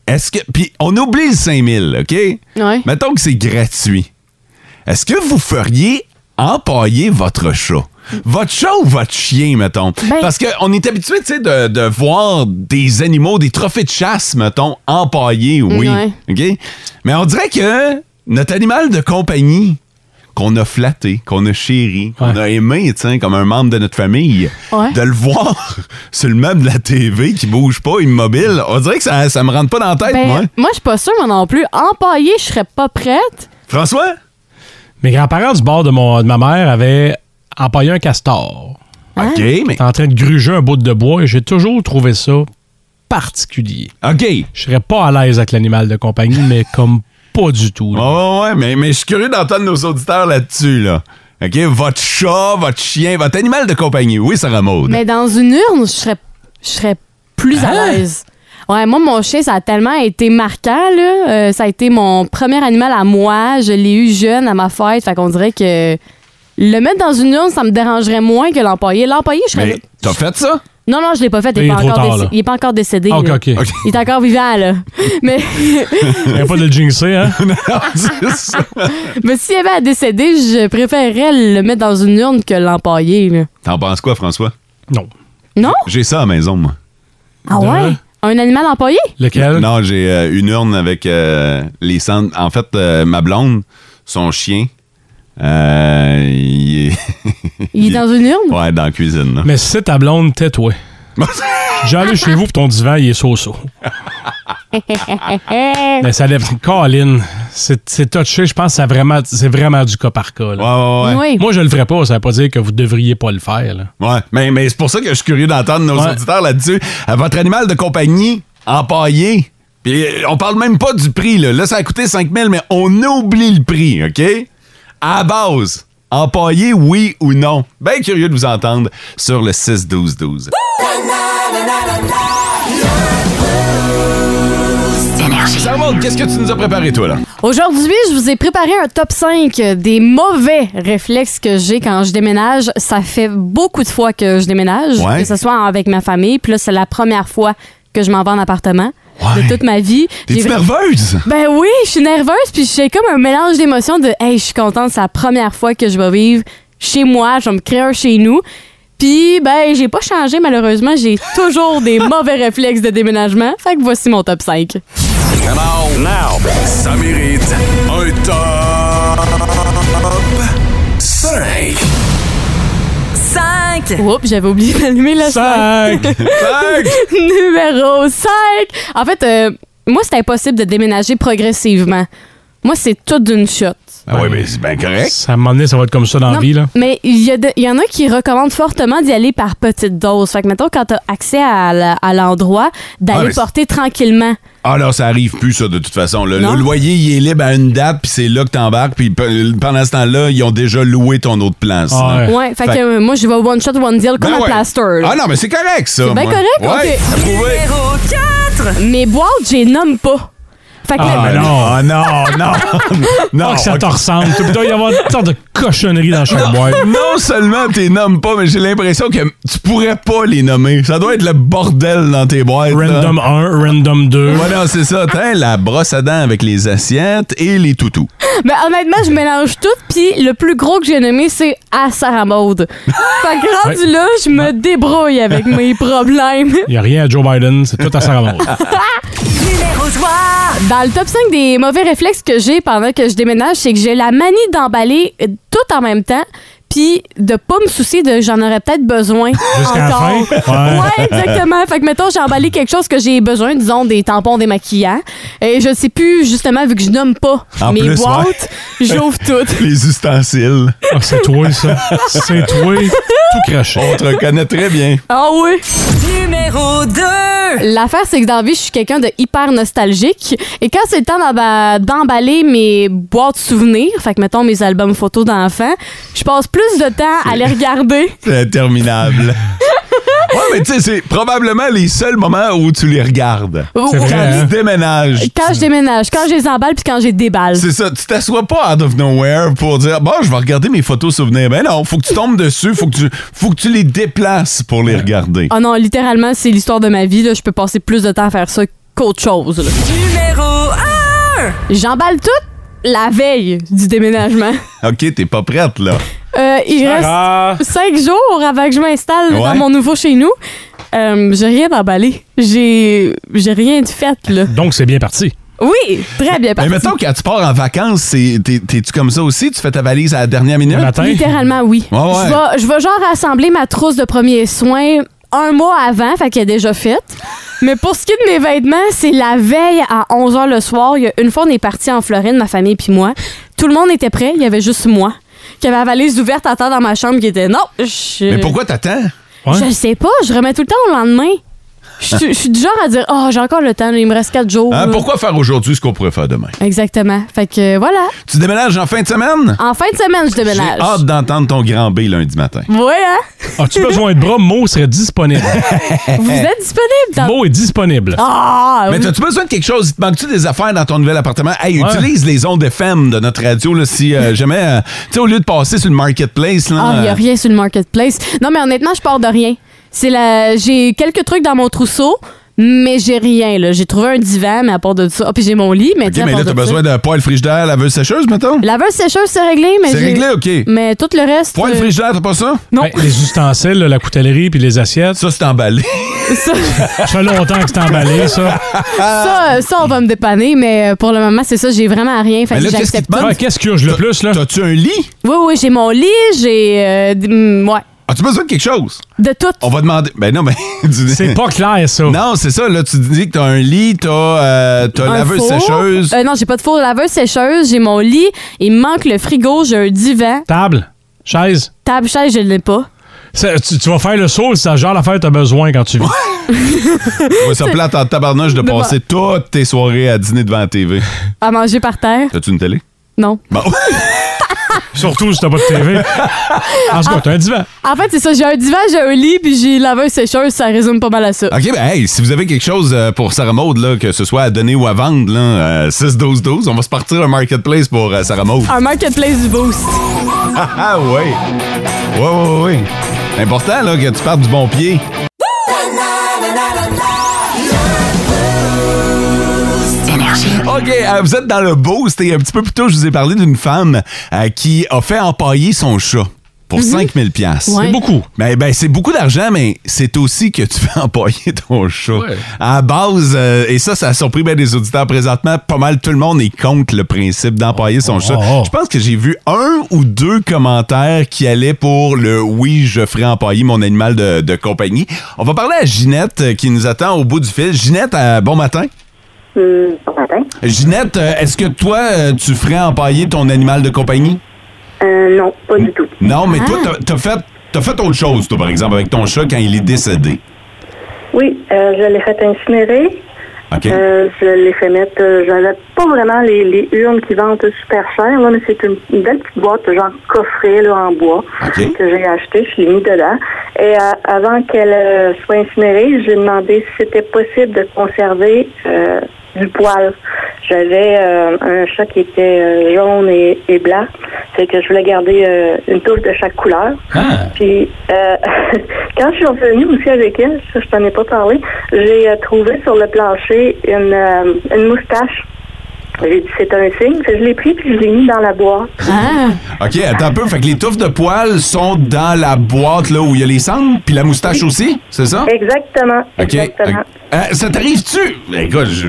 Est-ce que puis on oublie le 5000, OK
Ouais.
Mettons que c'est gratuit. Est-ce que vous feriez empailler votre chat Votre chat ou votre chien, mettons?
Ben-
Parce qu'on est habitué, tu sais, de, de voir des animaux, des trophées de chasse, mettons, empaillés, oui.
Ouais.
OK? Mais on dirait que notre animal de compagnie qu'on a flatté, qu'on a chéri, qu'on a aimé, tu sais, comme un membre de notre famille,
Ouais.
de le voir sur le meuble de la TV qui bouge pas, immobile, on dirait que ça, ça me rentre pas dans la tête,
Ben,
moi.
Moi, je suis pas sûre, moi non plus. Empaillée, je serais pas prête.
François?
hein?
Mes grands-parents du bord de, mon, de ma mère avaient empaillé un castor.
OK, mais.
En train de gruger un bout de bois et j'ai toujours trouvé ça particulier.
OK.
Je serais pas à l'aise avec l'animal de compagnie, mais comme pas du tout.
Ouais, ouais, ouais, mais, mais je suis curieux d'entendre nos auditeurs là-dessus, là. OK? Votre chat, votre chien, votre animal de compagnie. Oui, Sarah Maud.
Mais dans une urne, je serais, je serais plus
Hein?
à l'aise. Ouais, moi, mon chien, ça a tellement été marquant, là. Euh, ça a été mon premier animal à moi. Je l'ai eu jeune à ma fête. Fait qu'on dirait que le mettre dans une urne, ça me dérangerait moins que l'empailler. L'empailler, je serais.
Mais t'as fait ça?
Non, non, je l'ai pas fait.
Il
Il, est
est
pas
trop
encore
tard,
décé-
là.
il est pas encore décédé.
Ah, ok,
là.
ok. Ok.
Il est encore vivant, là. Mais,
Il n'y a pas de jinxer, hein?
Ah,
mais s'il avait à décéder, je préférerais le mettre dans une urne que l'empailler, là.
T'en penses quoi, François?
Non.
Non?
J'ai ça à la maison, moi.
Ah ouais? Un animal empaillé?
Lequel?
Non, j'ai euh, une urne avec euh, les cendres. En fait, euh, ma blonde, son chien, euh, il est.
Il est dans une urne?
Ouais, dans la cuisine, là.
Mais c'est ta blonde tétouée. J'ai allé chez vous, puis ton divan, il est so-so.
Eh!
Mais ça lève. Colin, c'est c'est touché. Je pense que ça vraiment- c'est vraiment du cas par cas. là.
Ah, Ouais, ouais, ouais. Oui.
Moi, je le ferais pas. Ça veut pas dire que vous devriez pas le faire. là.
Ouais, mais, mais c'est pour ça que je suis curieux d'entendre nos
Ouais.
auditeurs là-dessus. À votre animal de compagnie, empaillé. Puis euh, on parle même pas du prix, là. Là, ça a coûté 5 000, mais on oublie le prix, OK? À la base, empaillé, oui ou non? Bien curieux de vous entendre sur le 6-12-12. Sarah Maud, qu'est-ce que tu nous as préparé, toi, là?
Aujourd'hui, je vous ai préparé un top 5 des mauvais réflexes que j'ai quand je déménage. Ça fait beaucoup de fois que je déménage,
Ouais.
que ce soit avec ma famille. Puis là, c'est la première fois que je m'en vais en appartement de toute ma vie.
T'es-tu
J'ai-
nerveuse?
Ben oui, je suis nerveuse, puis j'ai comme un mélange d'émotions de « Hey, je suis contente, c'est la première fois que je vais vivre chez moi, je vais me créer un chez nous. » Puis, ben, j'ai pas changé, malheureusement. J'ai toujours des mauvais réflexes de déménagement. Fait que voici mon top 5.
Come on, now. Ça mérite un top 5.
5! Oups, j'avais oublié d'allumer la
Cinq.
Numéro 5! En fait, euh, moi, c'est impossible de déménager progressivement. Moi, c'est tout d'une shot.
Ah oui, mais c'est bien correct.
Ça, à un moment donné, ça va être comme ça dans la
Non,
vie. Là.
Mais il y, a de- il y en a qui recommandent fortement d'y aller par petite dose. Fait que, mettons, quand t'as accès à, la- à l'endroit,
Ah,
d'aller
mais c'est-
porter tranquillement.
Ah non, ça arrive plus, ça, de toute façon. Le,
Non.
le loyer, il est libre à une date, puis c'est là que t'embarques, puis pe- pendant ce temps-là, ils ont déjà loué ton autre plan. sinon.
Ah,
Ouais. fait, que euh, moi, je vais one shot, one deal comme
Ben
un
ouais.
plaster. là.
Ah non, mais c'est correct, ça.
C'est bien
moi.
correct,
Ouais.
ok.
Approuvé.
Mes boîtes, je les nomme pas. Fait que là-
Ah, non.
Ah non, non, non.
Pas que ça
ok.
te ressemble. Il doit y avoir une sorte de cochonnerie dans chaque boîte.
Non seulement t'es nommes pas, mais j'ai l'impression que tu pourrais pas les nommer. Ça doit être le bordel dans tes boîtes. là.
Random 1, random 2.
Ouais, non, c'est ça. T'as la brosse à dents avec les assiettes et les toutous.
Mais honnêtement, je mélange tout, puis le plus gros que j'ai nommé, c'est à Sarah Maud. fait que rendu là, je me débrouille avec mes problèmes.
Il n'y a rien à Joe Biden. C'est tout à Sarah Maud.
Dans le top 5 des mauvais réflexes que j'ai pendant que je déménage, c'est que j'ai la manie d'emballer euh, tout en même temps, puis de pas me soucier de j'en aurais peut-être besoin
Jusqu'à la
encore.
fin? Ouais.
Ouais, exactement. Fait que mettons, j'ai emballé quelque chose que j'ai besoin, disons des tampons démaquillants, et je sais plus justement vu que je nomme pas
En
mes
plus,
boîtes,
ouais.
j'ouvre toutes.
Les ustensiles.
Ah, c'est toi, ça. C'est toi. Tout craché.
On te reconnaît très bien.
Ah oui.
Numéro 2.
L'affaire, c'est que dans la vie, je suis quelqu'un de hyper nostalgique. Et quand c'est le temps d'emba- d'emballer mes boîtes souvenirs, fait que mettons mes albums photos d'enfants, je passe plus de temps à les regarder.
C'est interminable. ouais, mais tu sais, c'est probablement les seuls moments où tu les regardes.
Oh,
C'est
oh,
vrai,
Quand
hein?
tu déménages.
Quand je déménage, quand je les emballe puis quand je les déballe.
C'est ça, tu t'assois pas out of nowhere pour dire bon, je vais regarder mes photos souvenirs. Ben non, faut que tu tombes dessus, faut que tu faut que tu les déplaces pour les regarder.
Oh non, littéralement, c'est l'histoire de ma vie. Là. Je peux passer plus de temps à faire ça qu'autre chose. là.
Numéro 1.
J'emballe tout la veille du déménagement.
OK, t'es pas prête là.
Euh,
Ah,
il
Sarah.
reste cinq jours avant que je m'installe dans mon nouveau chez nous. Euh, j'ai rien emballé. J'ai j'ai rien de fait, là.
Donc, c'est bien parti.
Oui, très bien
Mais
parti.
mettons, quand tu pars en vacances, c'est- t'es- t'es-tu comme ça aussi? Tu fais ta valise à la dernière minute?
Littéralement, oui.
Ouais, ouais.
Je, vais, je vais genre rassembler ma trousse de premiers soins un mois avant, fait qu'elle est déjà faite. Mais pour ce qui est de mes vêtements, c'est la veille à 11h le soir. Il y a Une fois, on est parti en Floride, ma famille puis moi. Tout le monde était prêt, il y avait juste moi. Qui avait la valise ouverte à terre dans ma chambre, qui était non. je-
Mais pourquoi t'attends? Hein?
Je sais pas, je remets tout le temps au lendemain. Je suis- je suis du genre à dire, oh, j'ai encore le temps, là, il me reste quatre jours.
Hein,
là.
pourquoi faire aujourd'hui ce qu'on pourrait faire demain?
Exactement. Fait que euh, voilà.
Tu déménages en fin de semaine?
En fin de semaine, Ah, je
J'ai
déménage.
hâte d'entendre ton grand B lundi matin.
Oui, hein?
As-tu besoin de bras? Mo serait disponible.
Vous êtes disponible dans.
Mo est disponible.
Ah!
Eh, Mais
oui.
t'as-tu besoin de quelque chose? Il te manque-tu des affaires dans ton nouvel appartement? Hey,
Ouais.
utilise les ondes FM de notre radio, là, si euh, jamais... euh, tu sais, au lieu de passer sur le marketplace, là...
Ah, il n'y a
euh,
rien sur le marketplace. Non, mais honnêtement, je pars de rien. C'est la... J'ai quelques trucs dans mon trousseau, mais j'ai rien. là. J'ai trouvé un divan, mais à part de ça. Ah, puis j'ai mon lit, mais
OK,
tu sais, à
mais
part
là,
de
t'as
ça-
besoin de poêle frigidaire, laveuse sécheuse, mettons?
Laveuse sécheuse, c'est réglé, mais.
C'est
j'ai- Mm,
réglé, OK.
Mais tout le reste.
Poêle
euh,
frigidaire, t'as pas ça?
Non.
Ben, les ustensiles, là, la coutellerie puis les assiettes.
Ça, c'est emballé.
ça,
Ça fait longtemps que c'est emballé, ça.
Euh,
ça, euh, ça, on va me dépanner, mais euh, pour le moment, c'est ça, j'ai vraiment rien. Fait
Mais
que
là, qu'est-ce qui
j'accepte
te manque?
Ouais, Qu'est-ce que je le plus, là?
T'as-tu un lit?
Oui, oui, j'ai mon lit, j'ai. euh, d- mm, ouais.
As-tu besoin de quelque chose?
De tout.
On va demander... Ben non, mais... tu-
C'est pas clair, ça.
Non, c'est ça, là, tu dis que t'as un lit, t'as euh, t'as
Un
laveuse
four.
sécheuse.
Euh, non, j'ai pas de four laveuse sécheuse, j'ai mon lit, il me manque le frigo, j'ai un divan,
Table, chaise.
table chaise, je l'ai pas.
Ça, tu, tu vas faire le saut, c'est le genre d'affaire que t'as besoin quand tu vis.
Ouais, ça plate en tabarnouche de
bon.
passer toutes tes soirées à dîner devant la TV.
À manger par terre?
T'as-tu une télé?
Non.
Bon.
Surtout si t'as pas de TV. En tout cas, t'as un divan.
En fait, c'est ça, j'ai un divan, j'ai un lit, puis j'ai laveuse sécheuse, ça résume pas mal à ça.
OK, ben hey, si vous avez quelque chose euh, pour Sarah Maud, là, que ce soit à donner ou à vendre, là, euh, 6-12-12, on va se partir un marketplace pour euh, Sarah Maud.
Un marketplace du boost.
Ah, ah ouais. Ouais, ouais, ouais, ouais. Important, là, que tu partes du bon pied. OK, euh, vous êtes dans le boost et un petit peu plus tôt, je vous ai parlé d'une femme euh, qui a fait empailler son chat pour 5000 pièces.
Ouais. C'est
beaucoup.
Ben, ben, c'est beaucoup d'argent, mais c'est aussi que tu fais empailler ton chat. À la base, euh, et ça, ça a surpris bien des auditeurs présentement, pas mal tout le monde est contre le principe d'empailler son chat.
oh.
Je pense que j'ai vu un ou deux commentaires qui allaient pour le « oui, je ferai empailler mon animal de, de compagnie ». On va parler à Ginette euh, qui nous attend au bout du fil. Ginette, euh, bon matin.
Hum, bon matin.
Ginette, euh, est-ce que toi, euh, tu ferais empailler ton animal de compagnie?
Euh, non, pas du tout.
Non, mais
Ah.
toi, t'as- t'as fait, t'as fait autre chose, toi, par exemple, avec ton chat quand il est décédé.
Oui, euh, je l'ai fait incinérer.
OK?
Euh, je l'ai fait mettre. euh, J'avais pas vraiment les, les urnes qui vendent super cher, là, mais c'est une, une belle petite boîte, genre coffret là, en bois,
OK.
que j'ai acheté. Je l'ai mis dedans. Et euh, avant qu'elle euh, soit incinérée, j'ai demandé si c'était possible de conserver euh, du poil. J'avais euh, un chat qui était euh, jaune et, et blanc. C'est que je voulais garder euh, une touche de chaque couleur.
Ah.
Puis, euh, quand je suis revenue aussi avec elle, ça, je t'en ai pas parlé, j'ai euh, trouvé sur le plancher une, euh, une moustache.
Ah.
J'ai dit, c'est un signe. Fait que Je l'ai pris puis je l'ai mis dans la boîte.
Ah,
OK, attends un peu. Fait que les touffes de poils sont dans la boîte là où il y a les cendres, puis la moustache aussi, c'est ça?
Exactement.
OK.
Exactement.
Euh, ça t'arrive-tu? Ben, Écoute, je,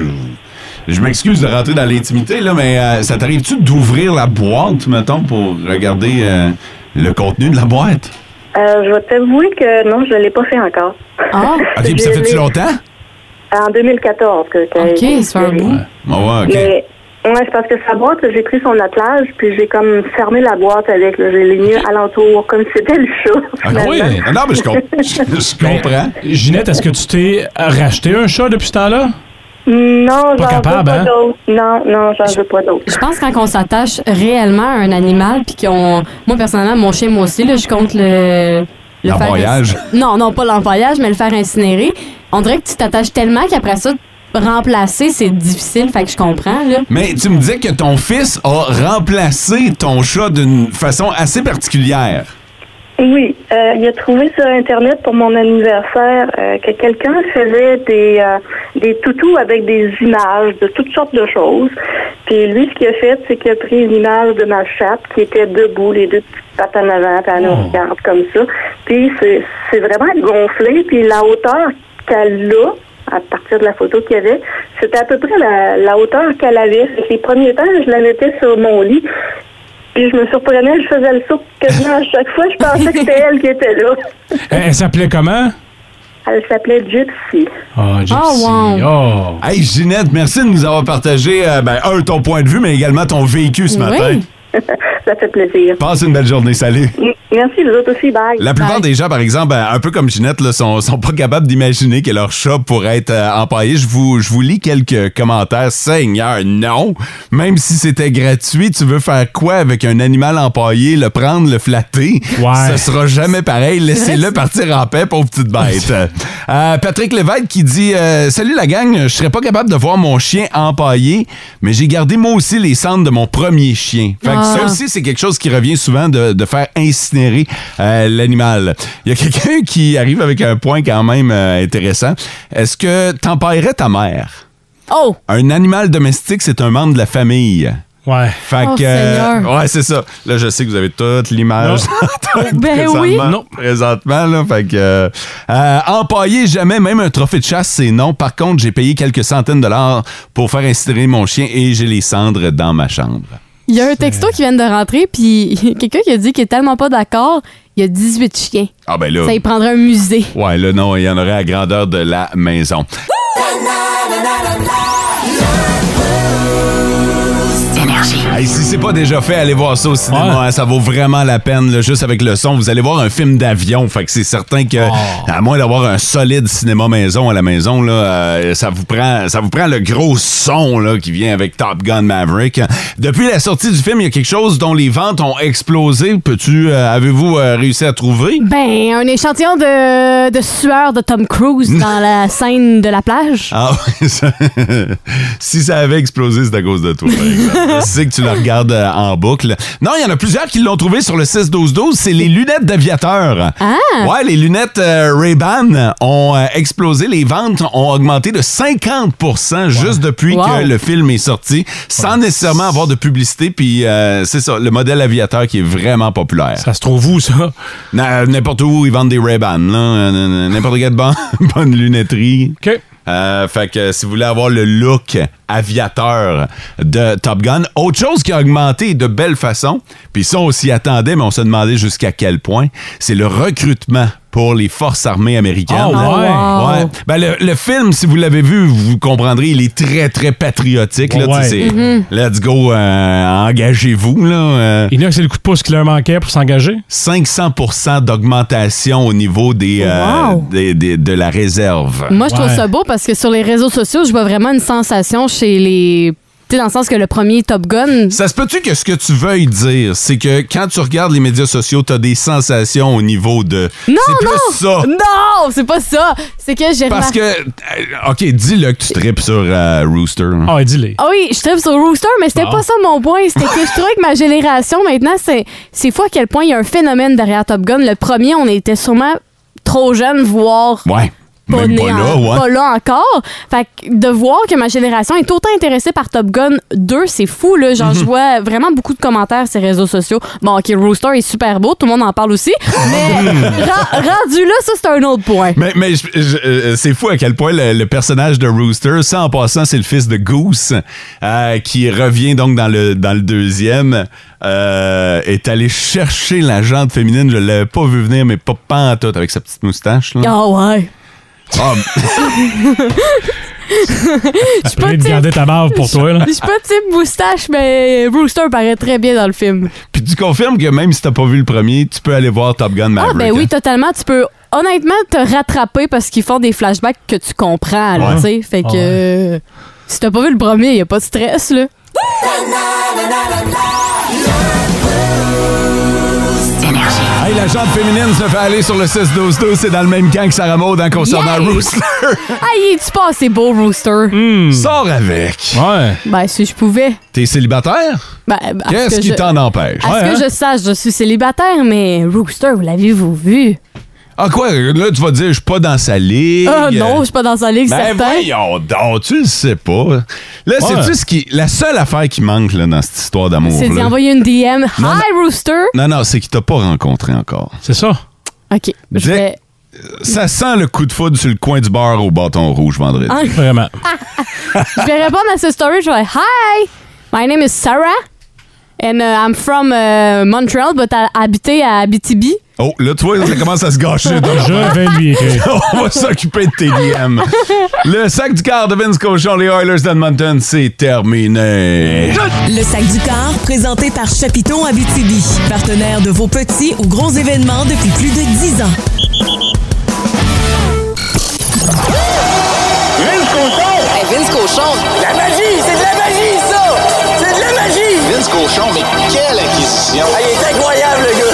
je m'excuse de rentrer dans l'intimité, là, mais euh, ça t'arrive-tu d'ouvrir la boîte, mettons, pour regarder euh, le contenu de la boîte?
Euh, je vais t'avouer que non, je l'ai pas fait encore.
ah,
OK, puis ça
Je
fait-tu
l'ai-
longtemps?
En 2014 que, que
ok, c'est
Euh,
un bout.
Ah ouais, OK.
Mais ouais, c'est parce que sa boîte, j'ai pris son attelage, puis j'ai comme fermé la boîte avec. là. je l'ai mis alentour, comme si c'était le chat.
Ah,
finalement.
oui. Ah Non, mais je, com- je- je comprends.
Ginette, est-ce que tu t'es racheté un chat depuis ce temps-là?
Non,
Pas
j'en veux
capable,
pas
hein?
d'autres. Non, non, j'en veux pas d'autres.
Je pense quand on s'attache réellement à un animal, puis qu'on... Moi, personnellement, mon chien, moi aussi, là, je compte le... le faire-
L'empaillage.
Non, non, pas l'empaillage, mais le faire incinérer. On dirait que tu t'attaches tellement qu'après ça, remplacer, c'est difficile, fait que je comprends, là.
Mais tu me disais que ton fils a remplacé ton chat d'une façon assez particulière.
Oui, euh, il a trouvé sur Internet pour mon anniversaire euh, que quelqu'un faisait des, euh, des toutous avec des images de toutes sortes de choses. Puis lui, ce qu'il a fait, c'est qu'il a pris une image de ma chatte qui était debout, les deux petites pattes en avant, puis elle nous regarde comme ça. Puis c'est c'est vraiment gonflé, puis la hauteur qu'elle a, à partir de la photo qu'il y avait, c'était à peu près la, la hauteur qu'elle avait. Les premiers temps, je la mettais sur mon lit, puis je me surprenais, je faisais le saut quasiment à chaque fois. Je pensais que c'était elle qui était là.
Elle, elle s'appelait comment?
Elle s'appelait Gypsy.
Ah, Gypsy.
wow.
Oh.
Hey, Ginette, merci de nous avoir partagé, euh, ben, un, ton point de vue, mais également ton vécu ce matin.
Ça fait plaisir.
Passe une belle journée. Salut.
Merci, vous autres aussi. Bye.
La plupart des gens, par exemple, ben, un peu comme Ginette, là, sont, sont pas capables d'imaginer que leur chat pourrait être euh, empaillé. Je vous, je vous lis quelques commentaires. Seigneur, non! Même si c'était gratuit, tu veux faire quoi avec un animal empaillé? Le prendre, le flatter?
Ouais.
Ce sera jamais pareil. Laissez-le
C'est-
partir en paix, pauvre petite bête. Euh, Patrick Lévesque qui dit euh, Salut la gang, je serais pas capable de voir mon chien empaillé, mais j'ai gardé moi aussi les cendres de mon premier chien. Fait que
Ah.
ça aussi, c'est quelque chose qui revient souvent de, de faire incinérer euh, l'animal. Il y a quelqu'un qui arrive avec un point quand même euh, intéressant. Est-ce que t'empaillerais ta mère?
Oh!
Un animal domestique, c'est un membre de la famille.
Ouais.
Fait
Oh,
que, euh,
Seigneur.
ouais, c'est ça. Là, je sais que vous avez toute l'image. en tête
Ben
présentement-
oui.
Non.
Présentement, là. Fait que, euh, euh, empailler jamais, même un trophée de chasse, c'est non. Par contre, j'ai payé quelques centaines de dollars pour faire incinérer mon chien et j'ai les cendres dans ma chambre.
Il y a un texto qui vient de rentrer, puis quelqu'un qui a dit qu'il est tellement pas d'accord, il y a 18 chiens.
Ah, ben là.
Ça y prendrait un musée.
Ouais, là, non, il y en aurait à grandeur de la maison. Hey, si c'est pas déjà fait, allez voir ça au cinéma. hein, ça vaut vraiment la peine. là, juste avec le son, vous allez voir un film d'avion. Fait que c'est certain que, à moins d'avoir un solide cinéma maison à la maison, là, euh, ça vous prend, ça vous prend le gros son là, qui vient avec Top Gun Maverick. Depuis la sortie du film, il y a quelque chose dont les ventes ont explosé. Peux-tu, euh, avez-vous euh, réussi à trouver?
Ben, un échantillon de, de sueur de Tom Cruise dans la scène de la plage.
Ah oui, ça- si ça avait explosé, c'est à cause de toi. par exemple. Je sais que tu la regardes euh, en boucle. Non, il y en a plusieurs qui l'ont trouvé sur le 6-12-12. C'est les lunettes d'aviateur.
Ah!
Ouais, les lunettes euh, Ray-Ban ont euh, explosé. Les ventes ont augmenté de 50 juste depuis
Wow.
que le film est sorti, sans nécessairement avoir de publicité. Puis euh, c'est ça, le modèle aviateur qui est vraiment populaire.
Ça se trouve où, ça?
Na- N'importe où, ils vendent des Ray-Ban. là. Euh, N'importe quelle bonne, bonne lunetterie. Euh, fait que si vous voulez avoir le look aviateur de Top Gun, autre chose qui a augmenté de belle façon, puis ça on s'y attendait, mais on se demandait jusqu'à quel point, c'est le recrutement pour les forces armées américaines.
Ah ouais? Ah wow.
Ouais. Ben, le, le film, si vous l'avez vu, vous comprendrez, il est très, très patriotique. Là,
Ouais.
tu sais, c'est
Mhm.
Let's go, euh, engagez-vous. là, euh.
Il y en a que c'est le coup de pouce qui leur manquait pour s'engager.
500 d'augmentation au niveau des, euh,
Wow.
des- des- de la réserve.
Moi, je trouve ça beau parce que sur les réseaux sociaux, je vois vraiment une sensation chez les. Tu sais, dans le sens que le premier Top Gun.
Ça se peut-tu que ce que tu veuilles dire, c'est que quand tu regardes les médias sociaux, t'as des sensations au niveau de.
Non,
c'est
non!
plus ça.
Non, c'est pas ça! C'est que j'ai
Parce
remar-
que. euh, Ok, dis-le que tu tripes sur euh, Rooster.
Ah, dis-le.
Ah oui, je tripe sur Rooster, mais c'était
Bon.
pas ça mon point. C'était que je trouvais que ma génération, maintenant, c'est, c'est fou à quel point il y a un phénomène derrière Top Gun. Le premier, on était sûrement trop jeunes, voire
Ouais. Même
né
pas
en-
là, ouais.
pas là encore. Fait que de voir que ma génération est autant intéressée par Top Gun 2, c'est fou, là. Genre,
Mhm.
je vois vraiment beaucoup de commentaires sur les réseaux sociaux. Bon, OK, Rooster est super beau, tout le monde en parle aussi. Mais
Mhm.
ra- rendu là, ça, c'est un autre point.
Mais, mais je- je- euh, c'est fou à quel point le, le personnage de Rooster, ça en passant, c'est le fils de Goose, euh, qui revient donc dans le, dans le deuxième, euh, est allé chercher la jante féminine. Je l'avais pas vu venir, mais pas pantoute avec sa petite moustache. Là.
Ah ouais.
Ah,
Je suis
J'ai de garder ta barbe pour toi, là.
Je suis pas type moustache, mais Brewster paraît très bien dans le film.
Puis tu confirmes que même si t'as pas vu le premier, tu peux aller voir Top Gun
Ah,
Maverick.
ben oui,
hein?
totalement. Tu peux honnêtement te rattraper parce qu'ils font des flashbacks que tu comprends, là,
Ouais. Ah,
tu sais. Fait que
Ouais.
euh, si t'as pas vu le premier, y a pas de stress, là.
hein. Hey, la jante féminine se fait aller sur le 6-12-12. C'est dans le même camp que Sarah Maud en concernant
Yeah!
Rooster.
ah, il est-tu passé beau, Rooster?
Mm. Sors avec. Ouais.
Ben, si je pouvais.
T'es célibataire?
Ben, ben, à ce
Qu'est-ce
que
qui
je- Ah.
t'en hein? empêche?
À ce que je sache, je suis célibataire, mais Rooster, vous l'avez-vous vu?
Ah quoi? Là, tu vas dire, je suis pas dans sa ligue.
Ah non, je suis pas dans sa ligue,
euh, ben
certain.
voyons donc, tu le sais pas. Là, c'est-tu ce qui... La seule affaire qui manque là, dans cette histoire d'amour-là?
C'est d'y envoyer une DM.
Non,
Hi, Rooster!
Non, non, c'est qu'il t'a pas rencontré encore. C'est ça.
OK, je vais...
Ça sent le coup de foudre sur le coin du bar au bâton rouge vendredi.
Ah.
Vraiment.
je vais répondre à ce story. Je vais dire, Hi, my name is Sarah, and uh, I'm from uh, Montreal, but I habité à Abitibi.
Oh, là, tu vois, ça commence à se gâcher. donc.
Ah.
Je vais lui écrire.
On va s'occuper de tes DM. Le sac du quart de Vince Cochon, les Oilers d'Edmonton, c'est terminé.
Le sac du corps, présenté par Chapiton Abitibi, partenaire de vos petits ou gros événements depuis plus de 10 ans.
Vince Cochon! Vince Cochon! La magie! C'est de la magie, ça! C'est de la magie! Vince Cochon, mais quelle acquisition! Ah, il est incroyable, le gars!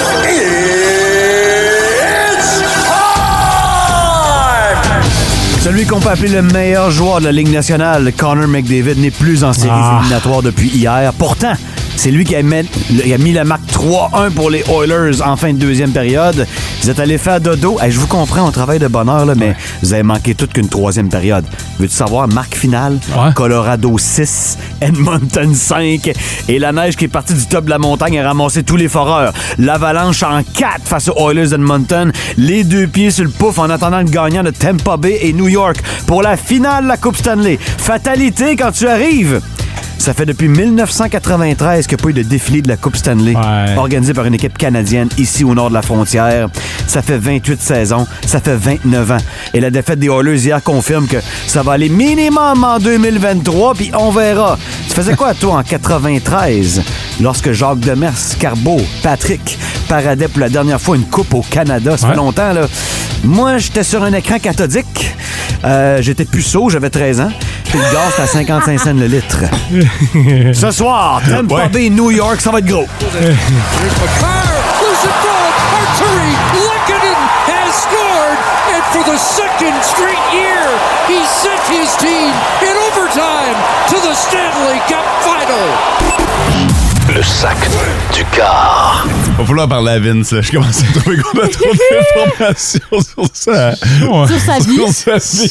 It's
Celui qu'on peut appeler le meilleur joueur de la Ligue nationale, Connor McDavid, n'est plus en séries
Ah.
éliminatoires depuis hier. Pourtant, c'est lui qui a, mis, le- qui a mis la marque 3-1 pour les Oilers en fin de deuxième période. Vous êtes allés faire dodo. Hey, je vous comprends, on travaille de bonne heure, là, mais vous avez manqué toute qu'une troisième période. Veux-tu savoir, marque finale, Colorado 6, Edmonton 5, et la neige qui est partie du top de la montagne a ramassé tous les foreurs. L'avalanche en 4 face aux Oilers d'Edmonton. Les deux pieds sur le pouf en attendant le gagnant de Tampa Bay et New York pour la finale de la Coupe Stanley. Fatalité quand tu arrives! Ça fait depuis 1993 qu'il n'y a pas eu de défilé de la Coupe Stanley, organisé par une équipe canadienne ici au nord de la frontière. Ça fait 28 saisons, ça fait 29 ans. Et la défaite des Oilers hier confirme que ça va aller minimum en 2023, puis on verra. Tu faisais quoi, toi, en 93, lorsque Jacques Demers, Carbeau, Patrick paradaient pour la dernière fois une Coupe au Canada? Ça fait longtemps, là. Moi, j'étais sur un écran cathodique. Euh, j'étais puceau, j'avais 13 ans. Puis le gaz, c'était à 55 cents le litre. Ce soir, Tampa
Ouais.
Bay, New York, ça va être gros.
Ah.
Here's the ball. Arturi Lekkonen has scored, and for the second straight year, he sent his team in overtime to the Stanley Cup final.
Le sac du quart. Va falloir parler à Vince. là. Je commence à trouver qu'on a trop d'informations sur ça.
Sur sa vie.
Sur sa vie.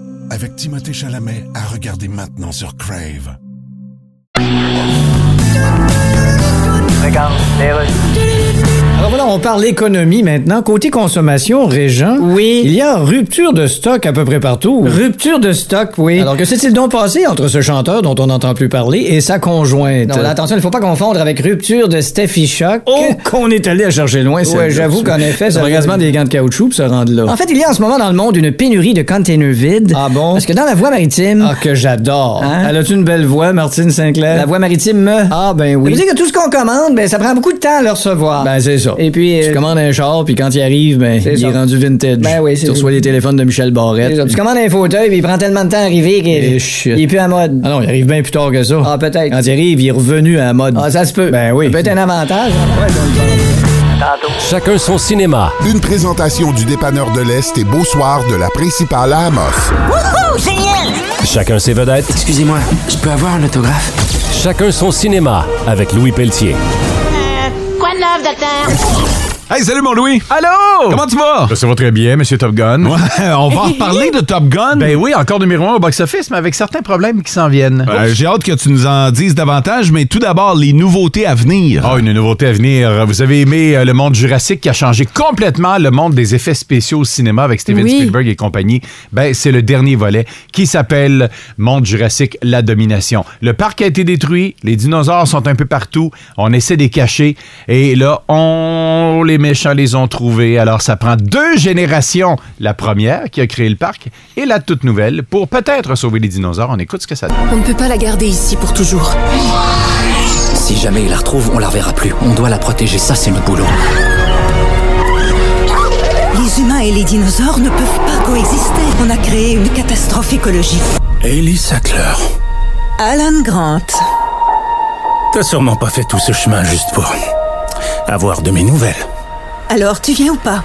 avec Timothée Chalamet à regarder maintenant sur Crave.
Alors Ah, voilà, on parle économie maintenant. Côté consommation, Régent, oui. il y a rupture de stock à peu près partout. Rupture de stock, oui. Alors que s'est-il donc passé entre ce chanteur dont on n'entend plus parler et sa conjointe?
Non, là, attention,
il ne faut pas confondre avec rupture de Steffi Shock. Oh, qu'on est allé à chercher loin,
celle-là.
Ouais, j'avoue qu'en effet,
Ça
ça
aurait quasiment
des gants de caoutchouc pour se rendre là. En fait, il y a en ce moment dans le monde une pénurie de containers vides. Ah bon? Parce que dans la voie maritime. Ah, que j'adore.
Hein?
Elle a-tu une belle voix, Martine Sinclair? La voie maritime. Ah, ben oui.
euh? Ça veut dire que tout ce qu'on commande, ben, ça prend beaucoup de temps à le recevoir. euh,
Ben, c'est ça. Et puis. Tu commandes un char, puis quand il arrive, ben,
C'est
il
ça.
est rendu vintage.
Ben oui, c'est
Tu reçois
ça.
les téléphones de Michel Barrette.
C'est ça. Tu commandes un fauteuil, puis il prend tellement de temps à arriver
Eh,
qu'il
shit.
il est plus à mode.
Ah non, il arrive bien plus tard que ça.
Ah, peut-être.
Quand il arrive, il est revenu à la mode. Ah, ça se peut. Ben oui.
Peut-être un avantage.
Chacun son cinéma. Une présentation du dépanneur de l'Est et beau soir de la principale à Amos.
Wouhou! Génial!
Chacun ses vedettes. Excusez-moi, je peux avoir un autographe?
Chacun son cinéma avec Louis Pelletier.
Quoi de neuf, docteur?
Hey, salut mon Louis! Allô! Comment tu vas?
Ça va très bien, Monsieur Top Gun.
on va en reparler de Top Gun.
Ben oui, encore numéro un au box-office, mais avec certains problèmes qui s'en viennent.
Euh, J'ai hâte que tu nous en dises davantage, mais tout d'abord, les nouveautés à venir.
Ah, une nouveauté à venir. Vous avez aimé euh, le monde Jurassique qui a changé complètement le monde des effets spéciaux au cinéma avec Steven
Oui.
Spielberg et compagnie. Ben, c'est le dernier volet qui s'appelle Monde Jurassique, la domination. Le parc a été détruit, les dinosaures sont un peu partout, on essaie de les cacher et là, on les méchants les ont trouvés. Alors, ça prend deux générations. La première qui a créé le parc et la toute nouvelle pour peut-être sauver les dinosaures. On écoute ce que ça donne.
On ne peut pas la garder ici pour toujours.
Si jamais il la retrouve, on la reverra plus. On doit la protéger, ça c'est notre boulot.
Les humains et les dinosaures ne peuvent pas coexister. On a créé une catastrophe écologique.
Ellie Sackler,
Alan Grant.
t'as sûrement pas fait tout ce chemin juste pour avoir de mes nouvelles.
Alors, tu viens ou pas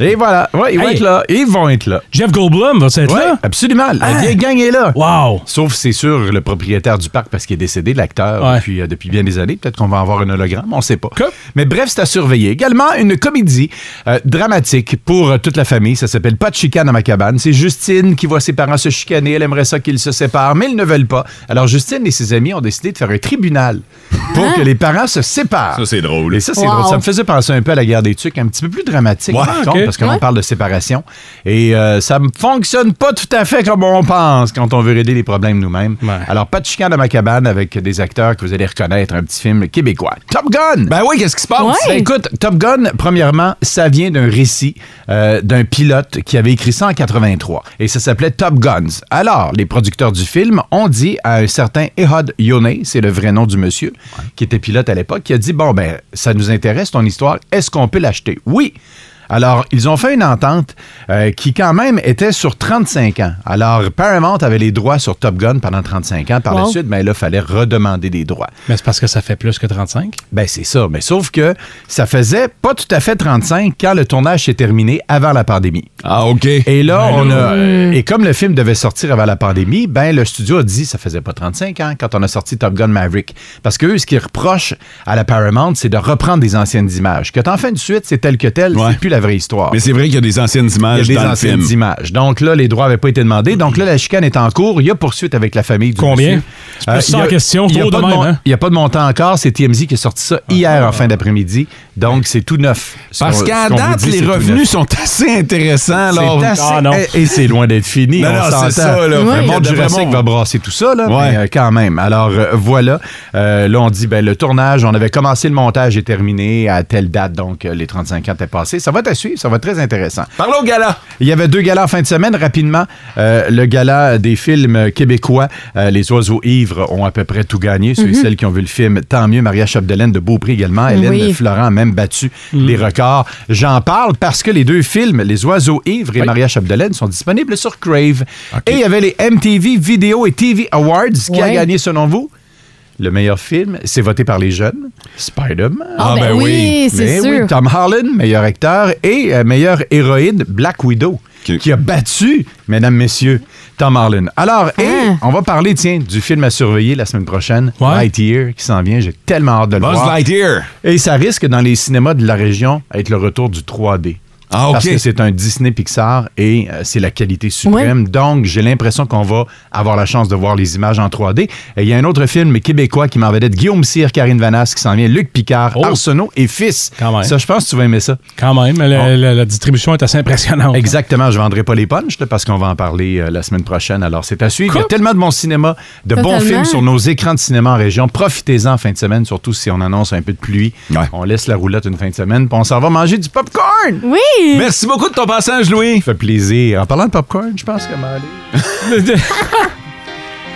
Et voilà. Ouais, ils vont
Hey.
être là. Ils vont être là.
Jeff Goldblum va être
là? Absolument. La
Ah.
vieille gang est là.
Wow.
Sauf, c'est sûr, le propriétaire du parc parce qu'il est décédé, l'acteur,
Ouais.
depuis, euh, depuis bien des années. Peut-être qu'on va avoir un hologramme, on ne sait pas. Mais bref, c'est à surveiller. Également, une comédie euh, dramatique pour euh, toute la famille. Ça s'appelle Pas de chicane à ma cabane. C'est Justine qui voit ses parents se chicaner. Elle aimerait ça qu'ils se séparent, mais ils ne veulent pas. Alors, Justine et ses amis ont décidé de faire un tribunal pour que les parents se séparent.
Ça, c'est drôle.
Et ça, c'est drôle. Ça me faisait penser un peu à la guerre des tucs, un petit peu plus dramatique,
Ouais,
par
ok.
contre, parce qu'on
Ouais.
parle de séparation. Et euh, ça ne fonctionne pas tout à fait comme on pense quand on veut régler les problèmes nous-mêmes. Alors, pas de chicane à ma cabane avec des acteurs que vous allez reconnaître, un petit film québécois. Top Gun! Ben oui, qu'est-ce qui se passe?
Ouais.
écoute, Top Gun, premièrement, ça vient d'un récit euh, d'un pilote qui avait écrit ça en 83. Et ça s'appelait Top Guns. Alors, les producteurs du film ont dit à un certain Ehud Yoneh, c'est le vrai nom du monsieur, qui était pilote à l'époque, qui a dit, bon, ben, ça nous intéresse ton histoire, est-ce qu'on peut l'acheter? Oui! Alors, ils ont fait une entente euh, qui, quand même, était sur 35 ans. Alors, Paramount avait les droits sur Top Gun pendant 35 ans. Par la
Wow.
suite, ben là, fallait redemander des droits.
Mais c'est parce que ça fait plus que 35.
Ben, c'est ça. Mais sauf que ça faisait pas tout à fait 35 quand le tournage s'est terminé avant la pandémie.
Ah, OK.
Et là, on a.
Mm.
Et comme le film devait sortir avant la pandémie, ben, le studio a dit ça faisait pas 35 ans quand on a sorti Top Gun Maverick. Parce que eux, ce qu'ils reprochent à la Paramount, c'est de reprendre des anciennes images. Que t'en fais une suite, c'est tel que tel, c'est plus la vraie histoire.
Mais c'est vrai qu'il y a des anciennes images
Il y a
dans
des
le
anciennes
film.
images. Donc là, les droits n'avaient pas été demandés. Donc là, la chicane est en cours. Il y a poursuite avec la famille du
Combien?
monsieur.
C'est plus
il Euh,
ça
y a-
la question.
Il n'y a,
Trop
pas
de
de
même,
mon-
hein?
il y a pas de montant encore. C'est TMZ qui est sorti ça hier en fin d'après-midi. Donc, c'est tout neuf. Ce
Parce
qu'on- ce
qu'à
qu'on vous
date,
dit, c'est
les
tout
revenus
neuf.
sont assez intéressants. alors-
C'est assez-
Ah, non.
Et, et c'est loin d'être fini.
Non,
on
non, c'est
s'entend.
ça, là.
Le
Oui.
monde du
Vraiment,
Jurassic
on-
va brasser tout ça, là,
Ouais.
mais euh, quand même. Alors, euh, voilà. Euh, là, on dit, ben, le tournage, on avait commencé le montage est Ah, terminé à telle date, donc euh, les 35 ans étaient passés. Ça va te suivre, ça va être très intéressant.
Parlons au gala.
Il y avait deux galas en fin de semaine, rapidement. Euh, le gala des films québécois, euh, Les Oiseaux Ivres ont à peu près tout gagné. Ceux et
Mhm.
celles qui ont vu le film, tant mieux. Maria Chapdelaine de Beaupré également. Hélène
Oui. Mhm.
Florent a même battu les records. J'en parle parce que les deux films, Les Oiseaux Ivres et Maria Chapdelaine, sont disponibles sur Crave. Et il y avait les MTV Vidéo et TV Awards. Qui a
Ouais.
gagné, selon vous? Le meilleur film, c'est voté par les jeunes. Spider-Man.
Ah, ben oui, c'est
Ben oui,
sûr.
Tom Harlan, meilleur acteur, et euh, meilleure héroïne, Black Widow, qui a battu, mesdames, messieurs, Tom Harlan. Alors, et
Hein?
on va parler, tiens, du film à surveiller la semaine prochaine, Lightyear, qui s'en vient. J'ai tellement hâte de le
Buzz
voir.
Lightyear.
Et ça risque, dans les cinémas de la région, être le retour du 3D.
Ah, ok.
Parce que c'est un Disney Pixar et euh, c'est la qualité suprême. Donc, j'ai l'impression qu'on va avoir la chance de voir les images en 3D. Et il y a un autre film québécois qui m'en vedette Guillaume Cyr, Karine Vanasse, qui s'en vient, Luc Picard,
Oh.
Arsenault et Fils.
même.
Ça, je pense que tu vas aimer ça.
Quand même, le-
On-
le- la distribution est assez impressionnante.
Exactement, je vendrai pas les punchs là, parce qu'on va en parler euh, la semaine prochaine. Alors, c'est à suivre. Il y a tellement de bons cinéma, de bons
Totalement.
films sur nos écrans de cinéma en région. Profitez-en en fin de semaine, surtout si on annonce un peu de pluie. On laisse la roulotte une fin de semaine, puis on s'en va manger du popcorn.
Oui!
Merci beaucoup de ton passage, Louis.
Ça fait plaisir. En parlant de popcorn, je pense que ma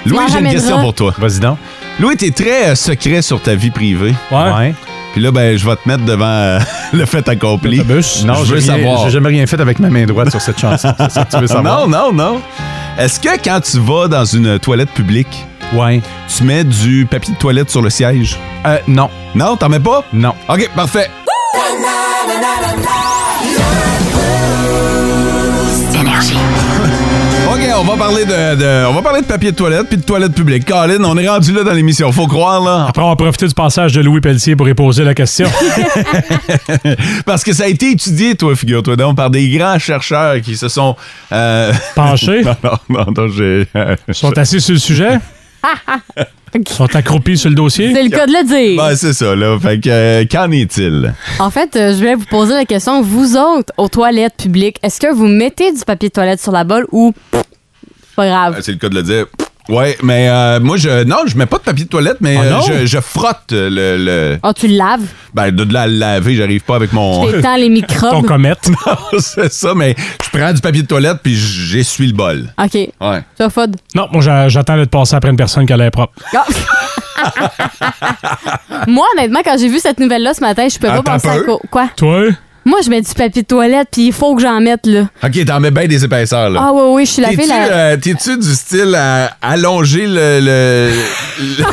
Louis,
m'en
j'ai une
ramèneras.
question pour toi.
Vas-y donc.
Louis, t'es très euh, secret sur ta vie privée.
Ouais.
Puis là, ben, je vais te mettre devant euh, le fait accompli.
Non,
je veux
j'ai rien-
savoir.
J'ai jamais rien fait avec ma main droite sur cette chanson. C'est ça que tu veux savoir?
Non, non, non. Est-ce que quand tu vas dans une toilette publique,
ouais.
tu mets du papier de toilette sur le siège?
Euh, non.
Non, t'en mets pas?
Non.
OK, parfait.
Énergie.
OK, OK, on va parler de, de- on va parler de papier de toilette puis de toilette publique. Colin, on est rendu là dans l'émission. Faut croire, là.
Après, on va profiter du passage de Louis Pelletier pour y poser la question.
Parce que ça a été étudié, toi, figure-toi donc, par des grands chercheurs qui se sont... euh,
Penchés?
non, non, non, non, j'ai... Ils
sont assis sur le sujet? Ils sont accroupis sur le dossier?
C'est le cas de le dire.
Ben, c'est ça, là. Fait que, euh, qu'en est-il?
En fait, euh, je vais vous poser la question, vous autres, aux toilettes publiques, est-ce que vous mettez du papier de toilette sur la bolle ou pff, c'est pas grave?
C'est le cas de le dire. Ouais, mais euh, moi, je... Non, je mets pas de papier de toilette, mais
Ah,
euh,
non?
je, je frotte le... le-
Ah, tu le laves?
Ben, de la laver, j'arrive pas avec mon...
Tu étends les microbes?
Non, c'est ça, mais je prends du papier de toilette puis j'essuie le bol.
OK.
Ouais.
Ça, Fod?
Non, moi, j'a- j'attends de passer après une personne qui a l'air propre.
Ah! Moi, honnêtement, quand j'ai vu cette nouvelle-là ce matin, je peux pas
Attends
penser
un
à
peu.
quoi. Quoi?
Toi?
Moi, je mets du papier de toilette, puis il faut que j'en mette, là.
OK, t'en mets bien des épaisseurs, là.
Ah, oui, oui, je suis la
T'es-tu
fille. la-
euh, t'es-tu du style à allonger le, le, le,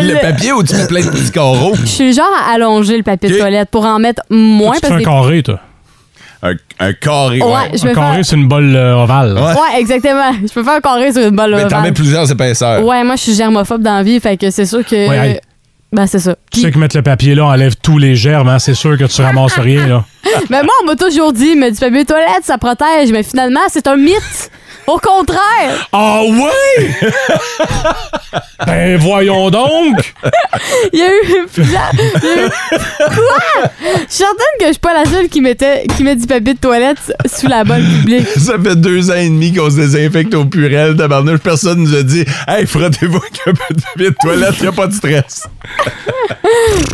Le-
le
le-
papier ou tu mets plein de petits carreaux?
Je suis le genre à allonger le papier de toilette pour en mettre moins. parce que-
toi?
Un, un carré, ouais.
Ouais, je
Un
vais
carré,
faire-
c'est une bolle euh, ovale.
Ouais, exactement. Je peux faire un carré sur une balle
Mais t'en
ovale.
mets euh. plusieurs épaisseurs.
Ouais, moi, je suis germophobe dans la vie, fait que c'est sûr que...
Ouais, hey.
ben, c'est ça.
Tu sais que mettre le papier là enlève tous les germes, hein, c'est sûr que tu ramasses rien. Là.
Mais moi, on m'a toujours dit, mais du papier de toilette, ça protège. Mais finalement, c'est un mythe. Au contraire.
Ah oui! ben voyons donc!
Il y a eu plusieurs. il y a eu- Quoi? Je suis certaine que je suis pas la seule qui, mettait, qui met du papier de toilette sous la bonne publique.
Ça fait deux ans et demi qu'on se désinfecte au purel, tabarnouche. Personne nous a dit « Hey, frottez-vous avec un peu de papier de toilette, y a pas de stress.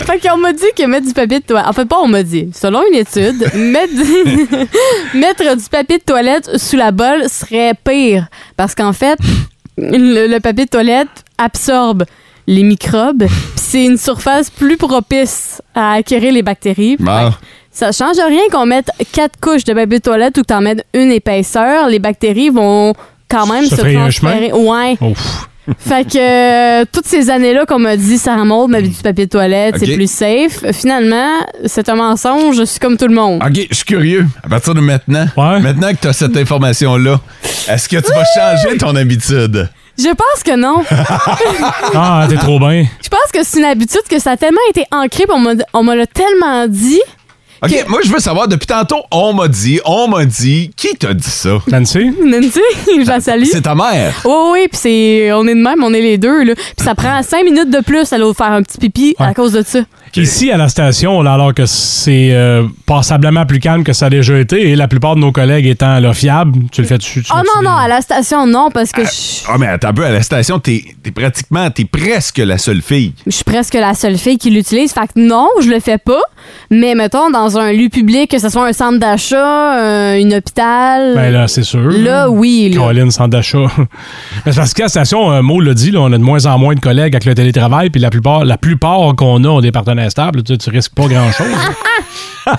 Fait qu'on m'a dit que mettre du papier de toilette. En fait, pas on m'a dit. Selon une étude, mettre du, mettre du papier de toilette sous la bolle serait pire. Parce qu'en fait, le, le papier de toilette absorbe les microbes, puis c'est une surface plus propice à acquérir les bactéries.
Bon.
Ça change rien qu'on mette quatre couches de papier de toilette ou que t'en mettes une épaisseur. Les bactéries vont quand même
Ça
se
fait un
transférer.
chemin?
Ouais.
Ouf.
Fait que euh, toutes ces années-là qu'on m'a dit Sarah Maud m'a dit du papier de toilette,
Mm. Ok.
c'est plus safe. Finalement, c'est un mensonge, je suis comme tout le monde.
OK, je suis curieux. À partir de maintenant, maintenant que t'as cette information-là, est-ce que tu vas changer ton habitude?
Je pense que non.
Ah, t'es trop bien.
Je pense que c'est une habitude que ça a tellement été ancré, puis on m'a- on me l'a tellement dit.
OK, moi, je veux savoir, depuis tantôt, on m'a dit, on m'a dit, qui t'a dit ça?
Nancy?
Nancy, je la salue.
C'est ta mère.
Oui, oui, puis c'est, on est de même, on est les deux. Là. Puis ça prend cinq minutes de plus à aller faire un petit pipi à cause de ça.
Ici, à la station, là, alors que c'est euh, passablement plus calme que ça a déjà été, et la plupart de nos collègues étant là, fiables, tu le fais dessus.
Oh non, non, à la station, non, parce que je
Ah, mais attends un peu, à la station, t'es t'es pratiquement, t'es presque la seule fille.
je suis presque la seule fille qui l'utilise. Fait que non, je le fais pas. Mais mettons, dans un lieu public, que ce soit un centre d'achat, euh, une hôpital.
Ben là, c'est sûr.
Là, oui, là.
Caroline sans d'achat. Mais c'est parce qu'à la station, euh, Mo l'a dit, là, on a de moins en moins de collègues avec le télétravail, puis la plupart, la plupart qu'on a ont des partenaires stables. Tu, tu risques pas grand-chose.
Ah,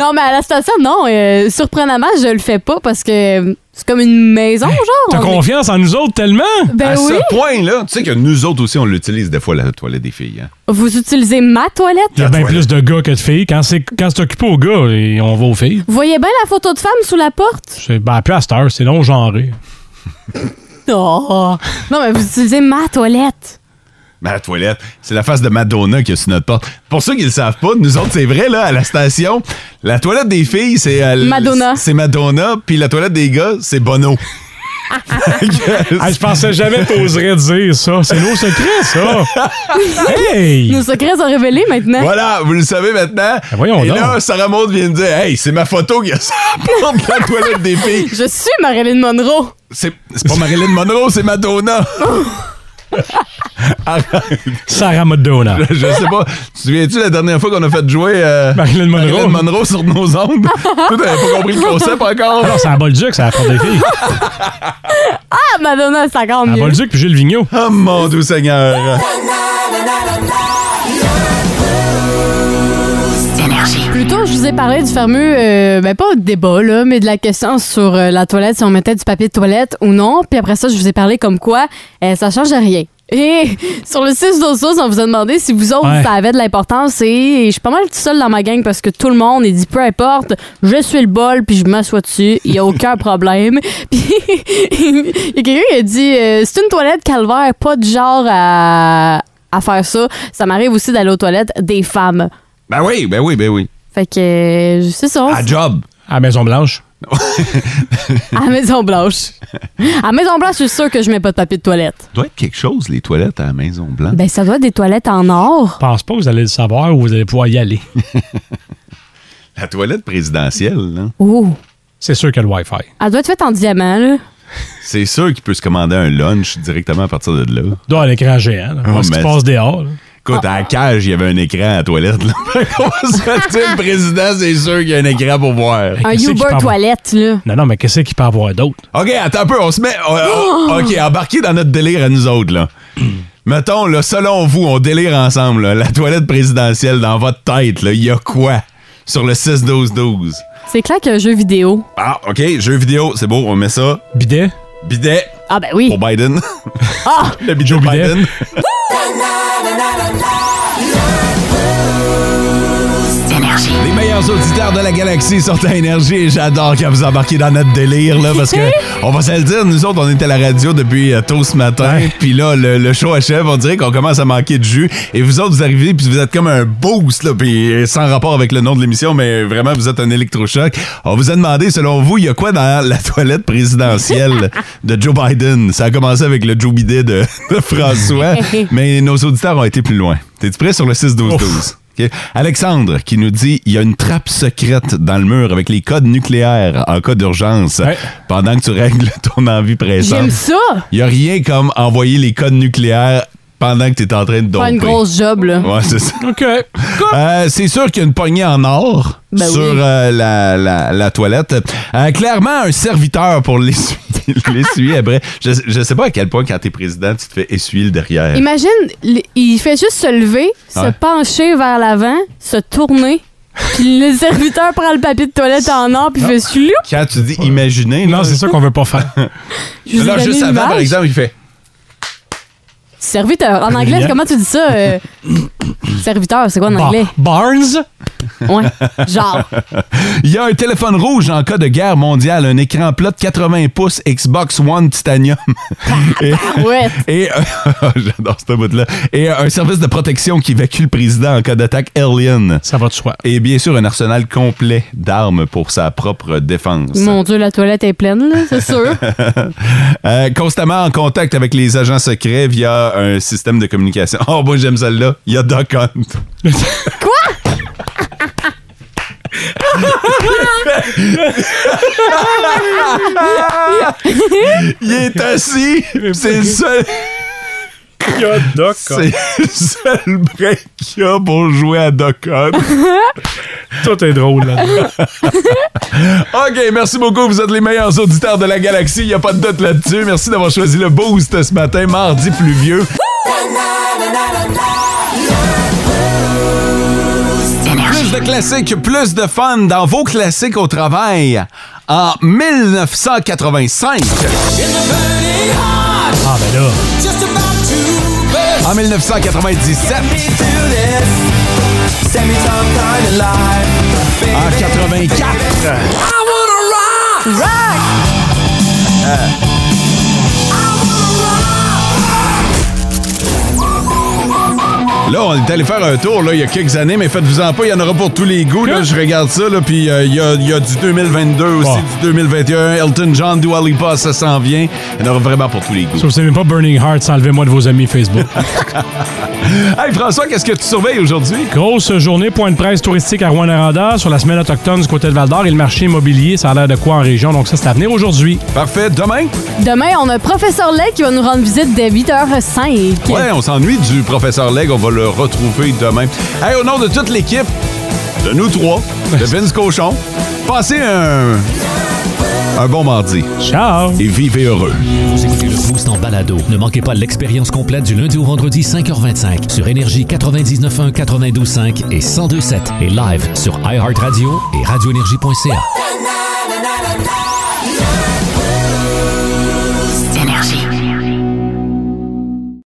non, mais à la station, non. euh, surprenamment, je le fais pas parce que c'est comme une maison, genre.
Ben, T'as
On est-
confiance en nous autres tellement?
Ben
à
oui.
ce point-là, tu sais que nous autres aussi, on l'utilise des fois, la toilette des filles. hein.
Vous utilisez ma toilette?
Il y a bien plus de gars que de filles. Quand c'est quand c'est occupé aux gars, et on va aux filles.
Vous voyez bien la photo de femme sous la porte?
C'est ben, plus à cette heure, c'est non genré.
Oh. Non, mais vous utilisez ma toilette.
Ma toilette, c'est la face de Madonna qui est sur notre porte. Pour ceux qui ne le savent pas, nous autres, c'est vrai, là, à la station, la toilette des filles, c'est... euh, l-
Madonna.
C'est Madonna, puis la toilette des gars, c'est Bono.
Ah, je pensais jamais t'oserais dire ça. C'est nos secrets, ça. Hey!
Nos secrets sont révélés maintenant.
Voilà, vous le savez maintenant.
Ah, voyons
Et
donc.
là, Sarah Maud vient de dire Hey, c'est ma photo qui a sur la porte de la toilette des filles.
Je suis Marilyn Monroe.
C'est c'est pas Marilyn Monroe, c'est Madonna. Arrête.
Sarah Madonna.
Je, je sais pas. Tu te souviens-tu la dernière fois qu'on a fait jouer euh,
Marilyn Monroe.
sur nos ondes? Toi, t'avais pas compris le concept encore.
Alors, c'est à Bolduc, ça apporte des filles.
Ah, Madonna, c'est encore
À
mieux.
Bolduc puis Gilles Vigneault.
Oh mon doux Seigneur.
Plutôt, je vous ai parlé du fameux, euh, ben pas débat, là, mais de la question sur euh, la toilette, si on mettait du papier de toilette ou non. Puis après ça, je vous ai parlé comme quoi euh, ça change rien. Et sur le 6 12 on vous a demandé si vous autres,
Ouais.
ça avait de l'importance. Et je suis pas mal toute seule dans ma gang parce que tout le monde, il dit peu importe, je suis le bol, puis je m'assois dessus, il n'y a aucun problème. Puis il y a quelqu'un qui a dit euh, c'est une toilette calvaire, pas du genre à, à faire ça. Ça m'arrive aussi d'aller aux toilettes des femmes.
Ben oui, ben oui, ben oui.
Fait que euh, c'est ça.
À job.
À Maison-Blanche.
À Maison-Blanche. À Maison-Blanche, je suis sûre que je mets pas de papier de toilette.
doit être quelque chose, les toilettes à la Maison-Blanche.
Ben, ça doit être des toilettes en or.
pense pas que vous allez le savoir ou vous allez pouvoir y aller.
La toilette présidentielle, là.
Oh,
C'est sûr que le Wi-Fi.
elle doit être faite en diamant, là.
C'est sûr qu'il peut se commander un lunch directement à partir de là.
Doit à l'écran géant. là.
Ah,
Voir ce qui
mais-
se passe dehors.
Écoute, à la cage, il y avait un écran à la toilette. Là. Comment se fait-il, le président, c'est sûr qu'il y a un écran pour voir?
Un Uber toilette, là.
Non, non, mais qu'est-ce qu'il peut avoir d'autre?
OK, attends un peu, on se met. on- on-
Oh!
OK, embarquez dans notre délire à nous autres, là. Mettons, là, selon vous, on délire ensemble, là, la toilette présidentielle dans votre tête, là, il y a quoi sur le 6-12-12?
C'est clair qu'il y a un jeu vidéo.
Ah, OK, jeu vidéo, c'est beau, on met ça.
Bidet?
Bidet.
Ah, ben oui.
Pour Biden.
Ah!
le bidet de Biden. Les meilleurs auditeurs de la galaxie sont à Énergie et j'adore quand vous embarquez dans notre délire, là, parce que on va se le dire, nous autres, on est à la radio depuis euh, tôt ce matin, puis là, le, le show achève, on dirait qu'on commence à manquer de jus, et vous autres, vous arrivez, puis vous êtes comme un boost, là, puis euh, sans rapport avec le nom de l'émission, mais vraiment, vous êtes un électrochoc. On vous a demandé, selon vous, il y a quoi dans la toilette présidentielle de Joe Biden? Ça a commencé avec le Joe Bidet de, de François, mais nos auditeurs ont été plus loin. T'es-tu prêt sur le 6-12-12? OK. Alexandre qui nous dit il y a une trappe secrète dans le mur avec les codes nucléaires en cas d'urgence pendant que tu règles ton envie pressante.
J'aime ça!
Il y a rien comme envoyer les codes nucléaires pendant que tu es en train de
Pas
domper.
une grosse job, là.
Ouais, c'est ça.
OK.
Euh, c'est sûr qu'il y a une poignée en or
Ben
sur
oui.
euh, la, la- la toilette. Euh, clairement, un serviteur pour l'essuyer l'essuyer après. Je, je sais pas à quel point, quand t'es président, tu te fais essuyer le derrière.
Imagine, l- il fait juste se lever, se
Ouais.
pencher vers l'avant, se tourner, puis le serviteur prend le papier de toilette en or, puis fait chloup.
Quand tu dis imaginer. Non, c'est
ça qu'on veut pas faire.
Je vous ai
là,
donné
juste
une
avant, par
image.
exemple, il fait.
Serviteur. En anglais,
Brillant.
comment tu dis ça? euh? serviteur, c'est quoi en anglais?
Barnes?
Ouais, genre.
Il y a un téléphone rouge en cas de guerre mondiale, un écran plat de 80 pouces Xbox One Titanium. et
ouais.
et j'adore ce bout-là. Et un service de protection qui évacue le président en cas d'attaque alien.
Ça va de soi.
Et bien sûr, un arsenal complet d'armes pour sa propre défense.
Mon Dieu, la toilette est pleine, là, c'est sûr.
Euh, constamment en contact avec les agents secrets via un système de communication. Oh, moi j'aime celle-là. Il y a Doc Hunt. Il est assis. C'est le seul.
Il y a Doc
C'est le seul break qu'il y a pour jouer à Doc Hunt.
Tout est drôle là-dedans.
OK, merci beaucoup. Vous êtes les meilleurs auditeurs de la galaxie. Il n'y a pas de doute là-dessus. Merci d'avoir choisi le boost ce matin, mardi pluvieux. Plus de classiques, plus de fun dans vos classiques au travail en 1985.
Ah, ben là.
En 1997. En 84. Euh, Là, on est allé faire un tour là, il y a quelques années, mais faites-vous-en pas, il y en aura pour tous les goûts. Là, je regarde ça, là, puis euh, il y, a, il y a du 2022 aussi, du 2021. Elton John, Dua Lipa, ça s'en vient. Il y en aura vraiment pour tous les goûts.
Si vous savez pas Burning Hearts, enlevez-moi de vos amis Facebook.
hey François, qu'est-ce que tu surveilles aujourd'hui?
Grosse journée, point de presse touristique à Rouen-Aranda sur la semaine autochtone du côté de Val-d'Or et le marché immobilier, ça a l'air de quoi en région, donc ça c'est à venir aujourd'hui.
Parfait, demain?
Demain, on a Professeur Lay qui va nous rendre visite dès 8h05.
Ouais, on s'ennuie du professeur Legge, on va le retrouver demain. Hey, au nom de toute l'équipe, de nous trois, de Vince Cochon, passez un, un bon mardi.
Ciao!
Et vivez heureux.
Vous écoutez le Boost en balado. Ne manquez pas l'expérience complète du lundi au vendredi 5h25 sur Énergie 99.1, 92.5 et 102.7 et live sur iHeartRadio et radioénergie.ca.